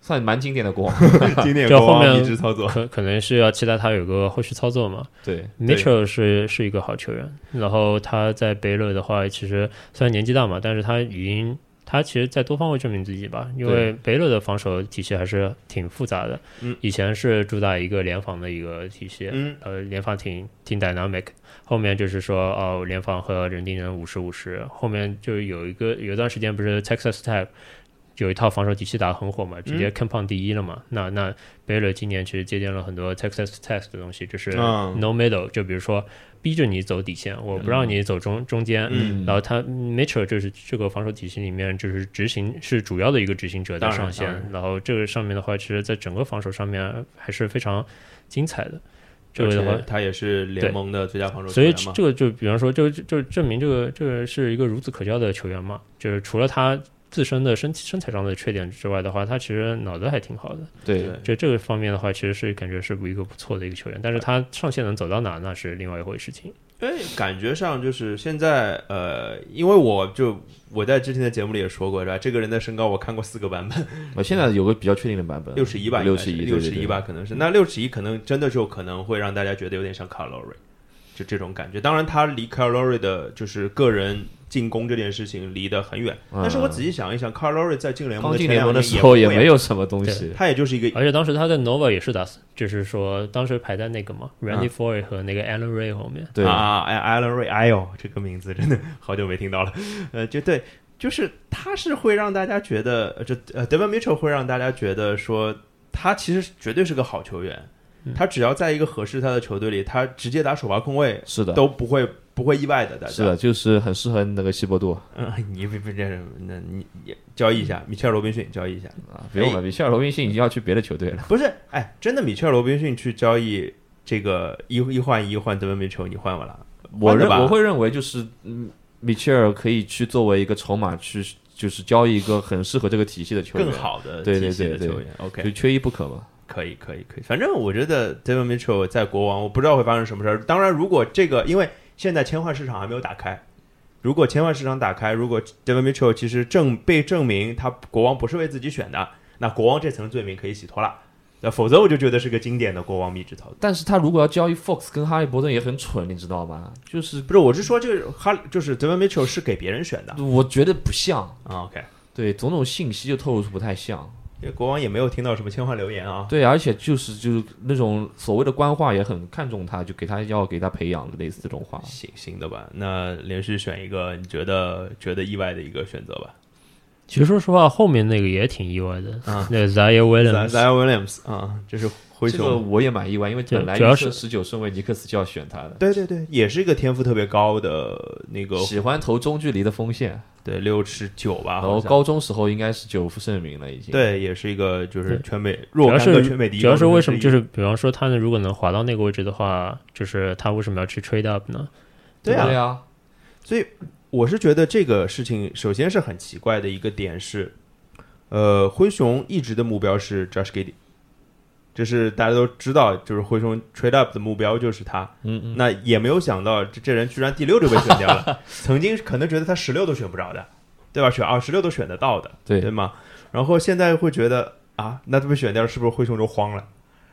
Speaker 2: 算蛮经典的国
Speaker 1: [laughs]
Speaker 2: 王，
Speaker 1: 王？经典
Speaker 3: 就
Speaker 1: 国
Speaker 3: 后
Speaker 1: 王
Speaker 3: 面
Speaker 1: 一直操作。
Speaker 3: 可可能是要期待他有个后续操作嘛。
Speaker 2: 对，
Speaker 3: Mitchell 是是一个好球员，然后他在北勒的话，其实虽然年纪大嘛，但是他已经他其实，在多方位证明自己吧。因为北勒的防守体系还是挺复杂的，
Speaker 1: 嗯
Speaker 3: 以前是主打一个联防的一个体系，
Speaker 1: 嗯，
Speaker 3: 呃，联防挺挺 dynamic，后面就是说哦，联防和人盯人五十五十，后面就有一个有一段时间不是 Texas Tech。有一套防守体系打得很火嘛，直
Speaker 1: 嗯
Speaker 3: 接 c o m p o n 第一了嘛。那那 Baylor 今年其实借鉴了很多 Texas Tech 的东西，就是
Speaker 1: 啊
Speaker 2: 嗯
Speaker 1: 嗯
Speaker 3: no middle，、就比如说逼着你走底线，我不让你走中中间。
Speaker 1: 嗯
Speaker 3: 然后他 Mitchell 就是这个防守体系里面就是执行是主要的一个执行者在
Speaker 1: 当然
Speaker 3: 上线
Speaker 1: 当，
Speaker 3: 然后这个上面的话，其实在整个防守上面还是非常精彩的。这
Speaker 1: 而
Speaker 3: 个
Speaker 1: 且
Speaker 3: 的话，
Speaker 1: 他也是联盟的最佳防守球
Speaker 3: 所以
Speaker 1: 员嘛，
Speaker 3: 这个就比方说，就就证明这个这个是一个孺子可教的球员嘛，就是除了他自身的身体身材上的缺点之外的话，他其实脑子还挺好的。
Speaker 2: 对
Speaker 1: 对
Speaker 3: 这这个方面的话，其实是感觉是一个不错的一个球员，但是他上限能走到哪，那是另外一回事情。
Speaker 1: 因为哎感觉上就是现在，呃，因为我就我在之前的节目里也说过，是吧？这个人的身高我看过四个版本，
Speaker 2: 我现在有个比较确定的版
Speaker 3: 嗯
Speaker 2: 本，
Speaker 1: 六十一吧，
Speaker 2: 六十一，
Speaker 1: 六十一
Speaker 2: 对
Speaker 1: 吧，，可能是。那六十一可能真的就可能会让大家觉得有点像卡洛瑞，就这种感觉。当然，他离卡洛瑞的就是个人进攻这件事情离得很远，
Speaker 2: 嗯
Speaker 1: 但是我仔细想一想，卡洛瑞在进联
Speaker 2: 对
Speaker 1: 盟
Speaker 2: 刚
Speaker 1: 的
Speaker 2: 进
Speaker 1: 前
Speaker 2: 联
Speaker 1: 两
Speaker 2: 盟
Speaker 1: 年
Speaker 2: 的时候
Speaker 1: 也
Speaker 2: 也
Speaker 1: 不会啊
Speaker 2: 没，有什么东西，
Speaker 1: 他也就是一个
Speaker 3: 而且当时他在 Nova 也是打，就是说当时排在那个嘛，Randy Foy 和那个 Alan Ray 后面。
Speaker 2: 对，
Speaker 1: 啊，艾艾伦瑞，哎呦，这个名字真的 [laughs] 好久没听到了。呃，就对，就是他是会让大家觉得，呃，这呃，Devin Mitchell 会让大家觉得说，他其实绝对是个好球员。他只要在一个合适他的球队里，他直接打首发控卫
Speaker 2: 是的，
Speaker 1: 都不会不会意外的。大家
Speaker 2: 是的，，就是很适合那个希伯杜
Speaker 1: [laughs] 嗯，你不不这是，那你也交易一下米切尔罗宾逊，交易一下。
Speaker 2: 啊，不
Speaker 1: 哎
Speaker 2: 用了，米切尔罗宾逊已经要去别的球队了，
Speaker 1: 不是，哎，真的米切尔罗宾逊去交易这个一一换一换 Devin Mitchell，你换我了。
Speaker 2: 我
Speaker 1: 换的
Speaker 2: 认
Speaker 1: 吧
Speaker 2: 我会认为就是嗯，米切尔可以去作为一个筹码去就是交易一个很适合这个体系的球员，
Speaker 1: 更，好的
Speaker 2: 对
Speaker 1: 体系
Speaker 2: 对
Speaker 1: 的
Speaker 2: 对
Speaker 1: 球
Speaker 2: 对
Speaker 1: 员，OK，
Speaker 2: 就缺一不可嘛。
Speaker 1: 可以，可以，可以。反正我觉得 David Mitchell 在国王，我不知道会发生什么事儿。当然，如果这个因为现在签换市场还没有打开，如果签换市场打开，如果 David Mitchell 其实证被证明他国王不是为自己选的，那国王这层罪名可以洗脱了。那否则我就觉得是个经典的国王迷之操作。
Speaker 2: 但是他如果要交易 Fox 跟哈利伯顿也很蠢，你知道吗？就是
Speaker 1: 不是，我是说这个哈，就是 David Mitchell 是给别人选的
Speaker 2: 我觉得不像，
Speaker 1: 啊。OK，
Speaker 2: 对种种信息就透露出不太像。
Speaker 1: 因为国王也没有听到什么签换留言啊。
Speaker 2: 对，而且就是就是那种所谓的官话也很看重他，就给他要给他培养类似这种话。
Speaker 1: 行行的吧，那连续选一个你觉得觉得意外的一个选择吧。
Speaker 3: 其实说实话，后面那个也挺意外的，
Speaker 1: 啊
Speaker 3: 那 Zaire
Speaker 1: Zion
Speaker 3: Williams。
Speaker 1: Williams 啊，这是灰
Speaker 2: 这
Speaker 1: 熊。
Speaker 2: 个我也蛮意外，因为
Speaker 3: 对
Speaker 2: 本来
Speaker 3: 主要
Speaker 2: 预
Speaker 3: 是
Speaker 2: 测十九顺位尼克斯就要选他的，
Speaker 1: 对对对，也是一个天赋特别高的那个，
Speaker 2: 喜欢投中距离的锋线，
Speaker 1: 对六十九吧，
Speaker 2: 然
Speaker 1: 好
Speaker 2: 后
Speaker 1: 像
Speaker 2: 高中时候应该是久负盛名了已经。，
Speaker 1: 对，也是一个就是
Speaker 3: 对
Speaker 1: 全美
Speaker 3: 主
Speaker 1: 若
Speaker 3: 要
Speaker 1: 干个
Speaker 3: 是
Speaker 1: 全美第一
Speaker 3: 主
Speaker 1: 高
Speaker 3: 要
Speaker 1: 中
Speaker 3: 是
Speaker 1: 之一。
Speaker 3: 为什么？就是比方说，他呢，如果能滑到那个位置的话，就是他为什么要去 trade up 呢？
Speaker 1: 对啊，
Speaker 2: 啊，
Speaker 1: 所以我是觉得这个事情首先是很奇怪的一个点是，呃，灰熊一直的目标是 Josh Giddey，这是大家都知道，就是灰熊 trade up 的目标就是他，
Speaker 2: 嗯嗯，
Speaker 1: 那也没有想到这这人居然第六就被选掉
Speaker 2: [laughs]
Speaker 1: 了，曾经可能觉得他十六都选不着的，对吧？选二十六都选得到的，
Speaker 2: 对
Speaker 1: 对吗？然后现在会觉得啊，那他被选掉是不是灰熊就慌了？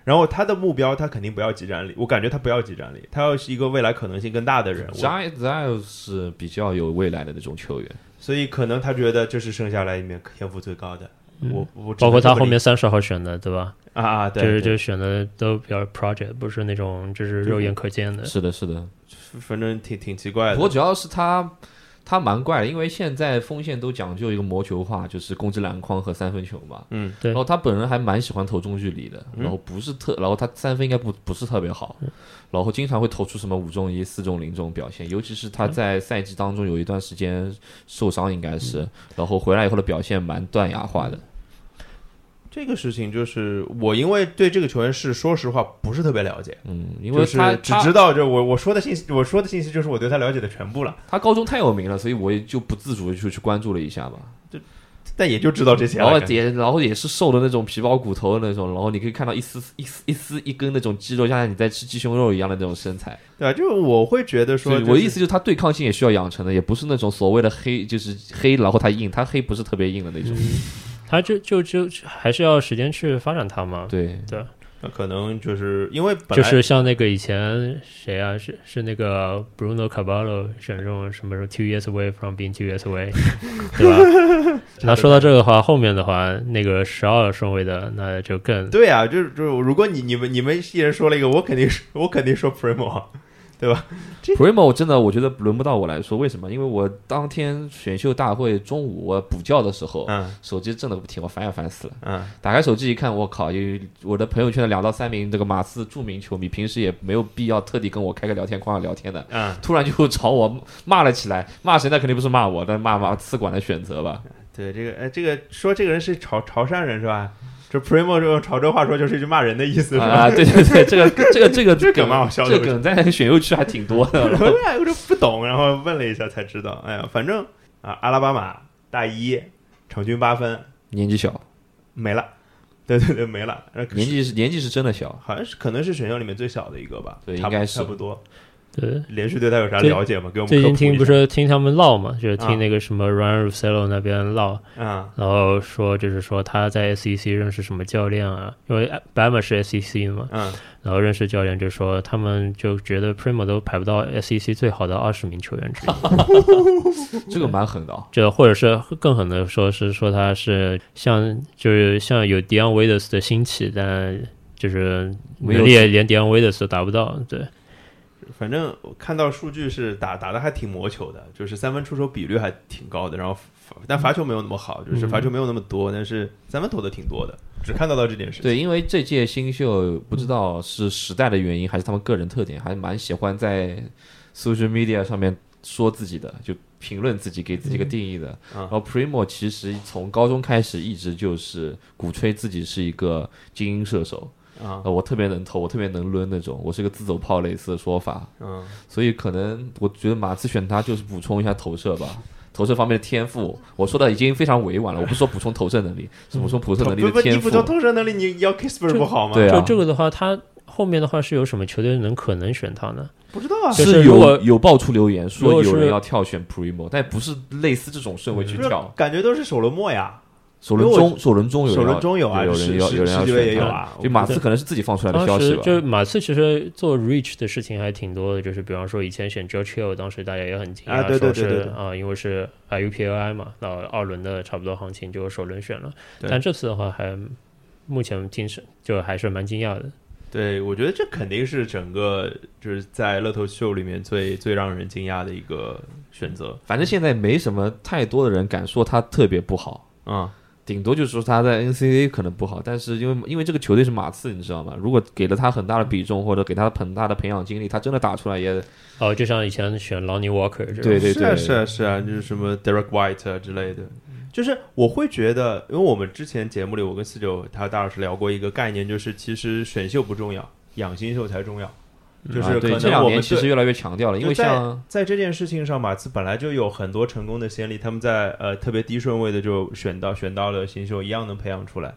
Speaker 1: 然后他的目标，他肯定不要集战力，我感觉他不要集战力，他要是一个未来可能性更大的人物，
Speaker 2: Zion Zion 是比较有未来的那种球员，
Speaker 1: 所以可能他觉得这是剩下来里面天赋最高的。
Speaker 2: 嗯
Speaker 1: 我我只能
Speaker 3: 包括
Speaker 1: 这么
Speaker 3: 他后
Speaker 1: 理
Speaker 3: 面三十号选的，对吧？
Speaker 1: 啊啊，
Speaker 3: 就
Speaker 1: 对，
Speaker 3: 是
Speaker 1: 对
Speaker 3: 就是选的都比较 project，不是那种就是肉眼可见的。
Speaker 2: 是的，是的。
Speaker 1: 反正挺挺奇怪
Speaker 2: 不过
Speaker 1: 的。
Speaker 2: 主要是他，他蛮怪的，因为现在锋线都讲究一个魔球化，就是攻击篮筐和三分球嘛。
Speaker 1: 嗯，
Speaker 3: 对
Speaker 2: 然后他本人还蛮喜欢投中距离的，然后不是特，然后他三分应该不不是特别好，然后经常会投出什么五中一、四中零这种表现，尤其是他在赛季当中有一段时间受伤，应该是，然后回来以后的表现蛮断崖化的。
Speaker 1: 这个事情就是我因为对这个球员是说实话不是特别了解，
Speaker 2: 嗯，因
Speaker 1: 就
Speaker 2: 为
Speaker 1: 是
Speaker 2: 他
Speaker 1: 只
Speaker 2: 他
Speaker 1: 知道这我我说的信息，我说的信息就是我对他了解的全部了，
Speaker 2: 他高中太有名了，所以我也就不自主的就去关注了一下吧。
Speaker 1: 但也就知道这些
Speaker 2: 然后
Speaker 1: 啊了。感觉
Speaker 2: 也然后也是瘦的那种皮包骨头的那种，然后你可以看到一丝一丝一丝一根那种肌肉，像你在吃鸡胸肉一样的那种身材。
Speaker 1: 对吧？就是我会觉得说
Speaker 2: 所以
Speaker 1: 就是、
Speaker 2: 我的意思就是，他对抗性也需要养成的，也不是那种所谓的黑，就是黑，然后他硬，他黑不是特别硬的那种。
Speaker 1: 嗯
Speaker 3: 他就就就还是要时间去发展他嘛。
Speaker 2: 对，
Speaker 1: 那可能就是因为本
Speaker 3: 就
Speaker 1: 来
Speaker 3: 是像那个以前谁啊，是是那个 Bruno Cavallo 选中什么时候 two years away from being two years
Speaker 1: [laughs]
Speaker 3: away，对吧？那说到这个的话，后面的话，那个十二顺位的那就更
Speaker 1: 对啊，就是就是，如果你你们你们一人说了一个，我肯定是我肯定说 Primo，
Speaker 2: Primo 真的，我觉得轮不到我来说，为什么？因为我当天选秀大会中午我补觉的时候，
Speaker 1: 嗯
Speaker 2: 手机震的不停，我烦也烦死了。
Speaker 1: 嗯，
Speaker 2: 打开手机一看，我靠，有我的朋友圈的两到三名这个马刺著名球迷，平时也没有必要特地跟我开个聊天框聊天的，
Speaker 1: 嗯，
Speaker 2: 突然就朝我骂了起来。骂谁呢？肯定不是骂我，但骂马刺管的选择吧。
Speaker 1: 对，这个哎，这个说这个人是潮潮汕人是吧？这 Primo 用潮州话说就是一句骂人的意思是吧？
Speaker 2: 啊，对对对，这个这个这个
Speaker 1: 这梗蛮好笑的
Speaker 2: 这梗在选秀区还挺多的。
Speaker 1: [laughs]
Speaker 2: 然后
Speaker 1: [laughs] 对啊，我就不懂，然后问了一下才知道。哎呀，反正啊，阿拉巴马大一场均八分
Speaker 2: 年纪小，
Speaker 1: 没了，对对对，没了。那可是
Speaker 2: 年纪是年纪是真的小，
Speaker 1: 好像是可能是选秀里面最小的一个吧，
Speaker 2: 对
Speaker 1: 差不
Speaker 2: 应该是
Speaker 1: 差不多。
Speaker 3: 对，
Speaker 1: 连续对他有啥
Speaker 3: 最
Speaker 1: 了解吗？给我们
Speaker 3: 最
Speaker 1: 科
Speaker 3: 近
Speaker 1: 普
Speaker 3: 听
Speaker 1: 一
Speaker 3: 不
Speaker 1: 下
Speaker 3: 是听他们唠嘛，就是
Speaker 1: 啊
Speaker 3: 听那个什么 Ryan Russello 那边唠，
Speaker 1: 啊
Speaker 3: 然后说就是说他在 SEC 认识什么教练啊，因为 Bama 是 SEC 嘛，
Speaker 1: 嗯
Speaker 3: 然后认识教练就说他们就觉得 Primo 都排不到 SEC 最好的二十名球员之一，
Speaker 2: 这个蛮狠的啊。
Speaker 3: 就或者是更狠的说是说他是像就是像有 Dion Waiters 的兴起，但就是
Speaker 2: 没有
Speaker 3: 能力也连 Dion Waiters 都达不到，对。
Speaker 1: 反正我看到数据是打打的还挺磨球的，就是三分出手比率还挺高的，然后罚但罚球没有那么好，
Speaker 2: 嗯
Speaker 1: 就是罚球没有那么多，但是三分投的挺多的，只看到了这件事情。
Speaker 2: 对，因为这届新秀不知道是时代的原因还是他们个人特点，还蛮喜欢在 social media 上面说自己的，就评论自己，给自己一个定义的。
Speaker 1: 嗯
Speaker 2: 然后 Primo 其实从高中开始一直就是鼓吹自己是一个精英射手，
Speaker 1: 啊
Speaker 2: 呃，我特别能投，我特别能抡那种，我是个自走炮类似的说法。
Speaker 1: 嗯，
Speaker 2: 所以可能我觉得马刺选他就是补充一下投射吧，投射方面的天赋。我说的已经非常委婉了，我不是说补充投射能力，是补充投射能力
Speaker 1: 不不
Speaker 2: 的
Speaker 1: 你
Speaker 2: 天
Speaker 1: 不
Speaker 2: 赋。
Speaker 1: 从嗯投射能力，你要 Kisper 不好吗？
Speaker 2: 对啊
Speaker 3: 就这个的话，他后面的话是有什么球队能可能选他呢？
Speaker 1: 不知道啊，
Speaker 3: 就是
Speaker 2: 是
Speaker 3: 如果
Speaker 2: 有有爆出留言
Speaker 3: 如
Speaker 2: 说
Speaker 3: 果是
Speaker 2: 有人要跳选 Primo，但不是类似这种顺位去
Speaker 1: 就是
Speaker 2: 跳。
Speaker 1: 感觉都是首轮末呀，
Speaker 2: 首轮中首轮中有人
Speaker 1: 首轮
Speaker 2: 要
Speaker 1: 中有啊
Speaker 2: 有
Speaker 1: 十
Speaker 2: 人要
Speaker 1: 十
Speaker 2: 有人要
Speaker 1: 十几位也
Speaker 2: 选
Speaker 1: 有
Speaker 2: 他，
Speaker 1: 啊，
Speaker 2: 就马刺可能是自己放出来的消
Speaker 3: 当
Speaker 2: 息
Speaker 3: 时
Speaker 2: 吧。
Speaker 3: 就是马刺其实做 reach 的事情还挺多的，就是比方说以前选 Joe Chill，当时大家也很惊
Speaker 1: 啊
Speaker 3: 讶，
Speaker 1: 对对
Speaker 3: 说
Speaker 1: 对对
Speaker 3: 是
Speaker 1: 对
Speaker 3: 啊，因为是啊 UPLI 嘛，然后二轮的差不多行情就首轮选了，
Speaker 1: 对
Speaker 3: 但这次的话还目前听是就还是蛮惊讶的。
Speaker 1: 对，我觉得这肯定是整个就是在乐透秀里面最最让人惊讶的一个选择
Speaker 2: 反正现在没什么太多的人敢说他特别不好，
Speaker 1: 啊、
Speaker 2: 顶多就是说他在 NCAA 可能不好，但是因为因为这个球队是马刺，你知道吗？如果给了他很大的比重，或者给他很大的培养精力，他真的打出来也
Speaker 3: 哦，就像以前选 Lonnie Walker 这种，
Speaker 2: 对对
Speaker 1: 是啊
Speaker 2: 对，
Speaker 1: 是啊是啊，就是什么 Derek White 啊之类的，就是我会觉得，因为我们之前节目里我跟四九还有大老师聊过一个概念，就是其实选秀不重要，养新秀才重要，就
Speaker 2: 啊
Speaker 1: 是
Speaker 2: 对
Speaker 1: 可
Speaker 2: 这
Speaker 1: 能
Speaker 2: 两
Speaker 1: 我
Speaker 2: 年
Speaker 1: 们
Speaker 2: 其
Speaker 1: 对
Speaker 2: 实越来越强调了，因为
Speaker 1: 就在
Speaker 2: 像
Speaker 1: 在这件事情上，马刺本来就有很多成功的先例，他们在呃特别低顺位的就选到选到了新秀，一样能培养出来。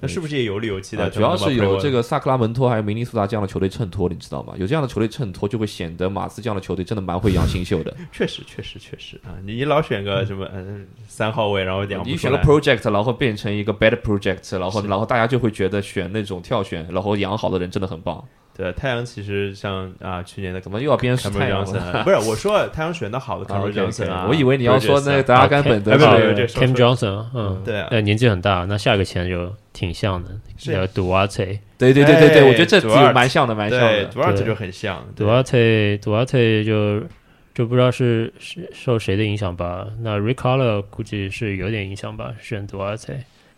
Speaker 1: 那是不是也有理有气
Speaker 2: 呃
Speaker 1: 的？
Speaker 2: 主要是有这
Speaker 1: 个
Speaker 2: 个萨克拉门托还有明尼苏达这样的球队衬托，你知道吗？有这样的球队衬托，就会显得马刺这样的球队真的蛮会养新
Speaker 1: [laughs]
Speaker 2: 秀的。
Speaker 1: 确实确实确实啊！你你老选个什么嗯三号位，然后养不
Speaker 2: 你
Speaker 1: 出
Speaker 2: 选了
Speaker 1: 来。
Speaker 2: project，然后变成一个 bad project，然后然后大家就会觉得选那种跳选，然后养好的人真的很棒。
Speaker 1: 对太阳其实像啊去年的
Speaker 2: 怎么又要编是
Speaker 1: Cameron
Speaker 2: 太阳了
Speaker 1: Johnson？啊不是我说太阳选的好的 Cameron
Speaker 2: OK，OK，
Speaker 1: Johnson 啊，
Speaker 2: 我以为你要说那
Speaker 1: Bridges 啊
Speaker 2: 个达拉甘本德
Speaker 1: 哎
Speaker 2: 是吧，
Speaker 1: 不不不这说说
Speaker 3: Cam Johnson，嗯，
Speaker 1: 对啊
Speaker 3: 呃，年纪很大，那下个签就挺像的，
Speaker 1: 是
Speaker 3: 叫 Duarte。
Speaker 2: 对对对对对，
Speaker 1: 哎
Speaker 2: 我觉得这
Speaker 1: 主二
Speaker 2: 有蛮像的，蛮像
Speaker 1: 对
Speaker 2: 的。
Speaker 1: d u a r
Speaker 3: 对
Speaker 1: 就很像，对
Speaker 3: Duarte Duarte 就就不知道是是受谁的影响吧。那 r i c a r l o 估计是有点影响吧，选 Duarte。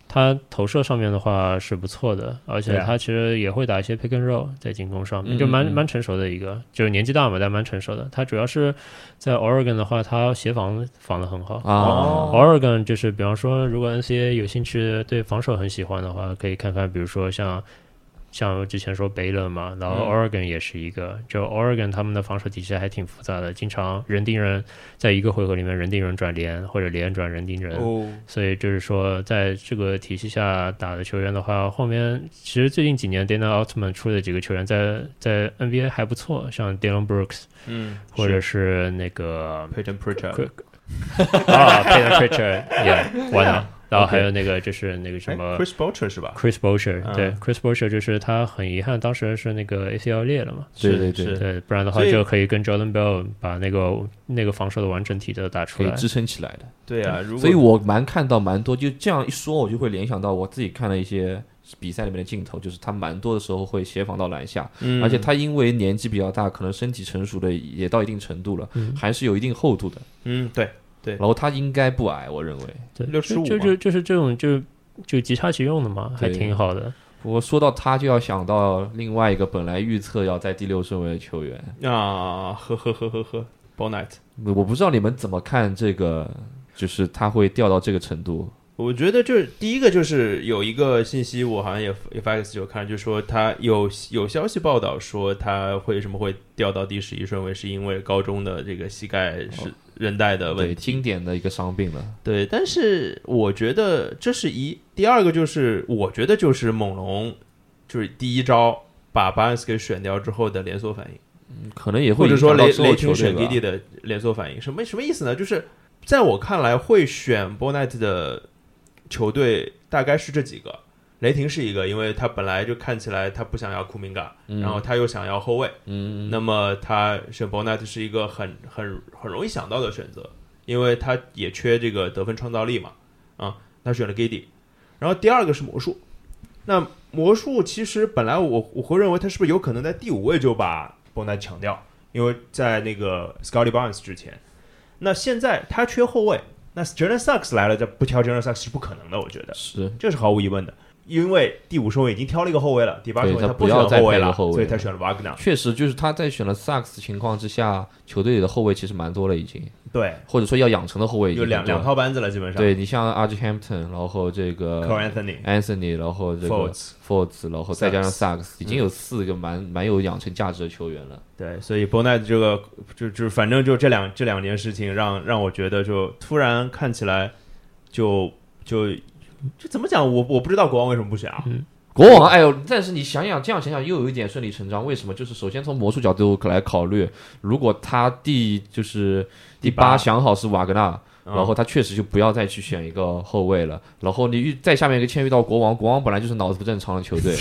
Speaker 3: 他投射上面的话是不错的，而且
Speaker 1: 对啊
Speaker 3: 他其实也会打一些 pick and roll 在进攻上面，
Speaker 2: 嗯
Speaker 3: 就蛮
Speaker 2: 嗯嗯
Speaker 3: 蛮成熟的一个，就是年纪大嘛，但蛮成熟的。他主要是在 Oregon 的话，他协防防的很好。
Speaker 1: 哦
Speaker 2: 啊，
Speaker 3: Oregon 就是，比方说，如果 NCAA 有兴趣对防守很喜欢的话，可以看看，比如说像像之前说北冷嘛，然后
Speaker 2: 嗯
Speaker 3: Oregon 也是一个，就 Oregon 他们的防守体系还挺复杂的，经常人盯人，在一个回合里面人盯人转连，或者连转人盯人。
Speaker 1: 哦，
Speaker 3: 所以就是说，在这个体系下打的球员的话，后面其实最近几年 Dana Altman 出的几个球员在在 NBA 还不错，像 Dylan Brooks
Speaker 1: 嗯，
Speaker 3: 或者是那个
Speaker 1: Peyton Pritchard，哎
Speaker 3: Quick 啊 p e t e r Pritchard，yeah，完了。然后
Speaker 1: OK
Speaker 3: 还有那个就是那个什
Speaker 1: 哎
Speaker 3: 么
Speaker 1: ，Chris Boucher 是吧？
Speaker 3: Chris Boucher，、
Speaker 1: 嗯
Speaker 3: 对，Chris Boucher 就是他很遗憾当时是那个 ACL 裂了嘛，
Speaker 2: 对
Speaker 1: 是
Speaker 2: 对对
Speaker 1: 是
Speaker 3: 对，不然的话
Speaker 1: 所以
Speaker 3: 就可以跟 Jordan Bell 把那个那个防守的完整体都打出
Speaker 2: 可以
Speaker 3: 来。
Speaker 2: 支撑起来的。
Speaker 1: 对啊，如果
Speaker 2: 所以我蛮看到蛮多，就这样一说，我就会联想到我自己看了一些比赛里面的镜头，就是他蛮多的时候会协防到篮下，
Speaker 1: 嗯
Speaker 2: 而且他因为年纪比较大，可能身体成熟的也到一定程度了，
Speaker 3: 嗯
Speaker 2: 还是有一定厚度的。
Speaker 1: 嗯，对，
Speaker 2: 然后他应该不矮，我认为。
Speaker 3: 对，
Speaker 1: 65
Speaker 3: 就
Speaker 1: 嘛
Speaker 3: 就就是这种就就即插即用的嘛，还
Speaker 2: 对
Speaker 3: 挺好的。
Speaker 2: 不过说到他，就要想到另外一个本来预测要在第六顺位的球员。
Speaker 1: 啊，呵呵呵呵呵，Bonnet，
Speaker 2: 我不知道你们怎么看这个，就是他会掉到这个程度。
Speaker 1: 我觉得就是第一个就是有一个信息，我好像也 FX 有看，就说他有有消息报道说他为什么会掉到第十一顺位，是因为高中的这个膝盖是韧带的呃问
Speaker 2: 哦对，
Speaker 1: 题。
Speaker 2: 经典的一个伤病了。
Speaker 1: 对，但是我觉得这是一，第二个就是我觉得就是猛龙就是第一招把巴恩斯给选掉之后的连锁反应，
Speaker 2: 可能也
Speaker 1: 或
Speaker 2: 会
Speaker 1: 者
Speaker 2: 影响
Speaker 1: 说
Speaker 2: 到
Speaker 1: 雷
Speaker 2: 之后
Speaker 1: 雷霆
Speaker 2: 球队
Speaker 1: 选
Speaker 2: 吧
Speaker 1: 弟弟的连锁反应，什么什么意思呢？就是在我看来，会选 b o n e t 的球队大概是这几个，雷霆是一个，因为他本来就看起来他不想要库明嘎，
Speaker 2: 嗯
Speaker 1: 然后他又想要后卫，
Speaker 2: 嗯，
Speaker 1: 那么他选 Bonet 是一个很很很容易想到的选择，因为他也缺这个得分创造力嘛。啊，他选了 Giddy，然后第二个是魔术。那魔术其实本来我我会认为他是不是有可能在第五位就把 Bonet 抢掉，因为在那个 Scotty Barnes 之前。那现在他缺后卫，那 Jalen Suggs 来了，这不挑 Jalen Suggs 是不可能的，我觉得
Speaker 2: 是
Speaker 1: 这是毫无疑问的。因为第五顺位已经挑了一个后卫了，第八顺位
Speaker 2: 对他
Speaker 1: 不
Speaker 2: 不要
Speaker 1: 选
Speaker 2: 再
Speaker 1: 后卫
Speaker 2: 配合
Speaker 1: 了，
Speaker 2: 后卫
Speaker 1: 所以
Speaker 2: 了
Speaker 1: 他选了 Wagner。
Speaker 2: 确实就是他在选了萨克斯情况之下，球队里的后卫其实蛮多了已经，
Speaker 1: 对，
Speaker 2: 或者说要养成的后卫已经
Speaker 1: 有两
Speaker 2: 很多
Speaker 1: 两套班子了，基本上。
Speaker 2: 对你像 RJ Hampton，然后这
Speaker 1: c
Speaker 2: 个
Speaker 1: o r Anthony、
Speaker 2: Anthony，然后这
Speaker 1: f o r
Speaker 2: 个
Speaker 1: s
Speaker 2: Fords，然后再加上萨克斯，已经
Speaker 1: 嗯
Speaker 2: 有四个蛮蛮有养成价值的球员了。
Speaker 1: 对，所以 Bonet 这个就就反正就这两这两件事情让让我觉得就突然看起来就就就怎么讲，我我不知道国王为什么不选啊。
Speaker 2: 国王，哎呦！但是你想想，这样想想又有一点顺理成章。为什么？就是首先从魔术角度来考虑，如果他第就是第
Speaker 1: 第八
Speaker 2: 八想好是瓦格纳，
Speaker 1: 嗯
Speaker 2: 然后他确实就不要再去选一个后卫了。然后你遇在下面一个签约到国王，国王本来就是脑子不正常
Speaker 1: [laughs]
Speaker 2: 的球队，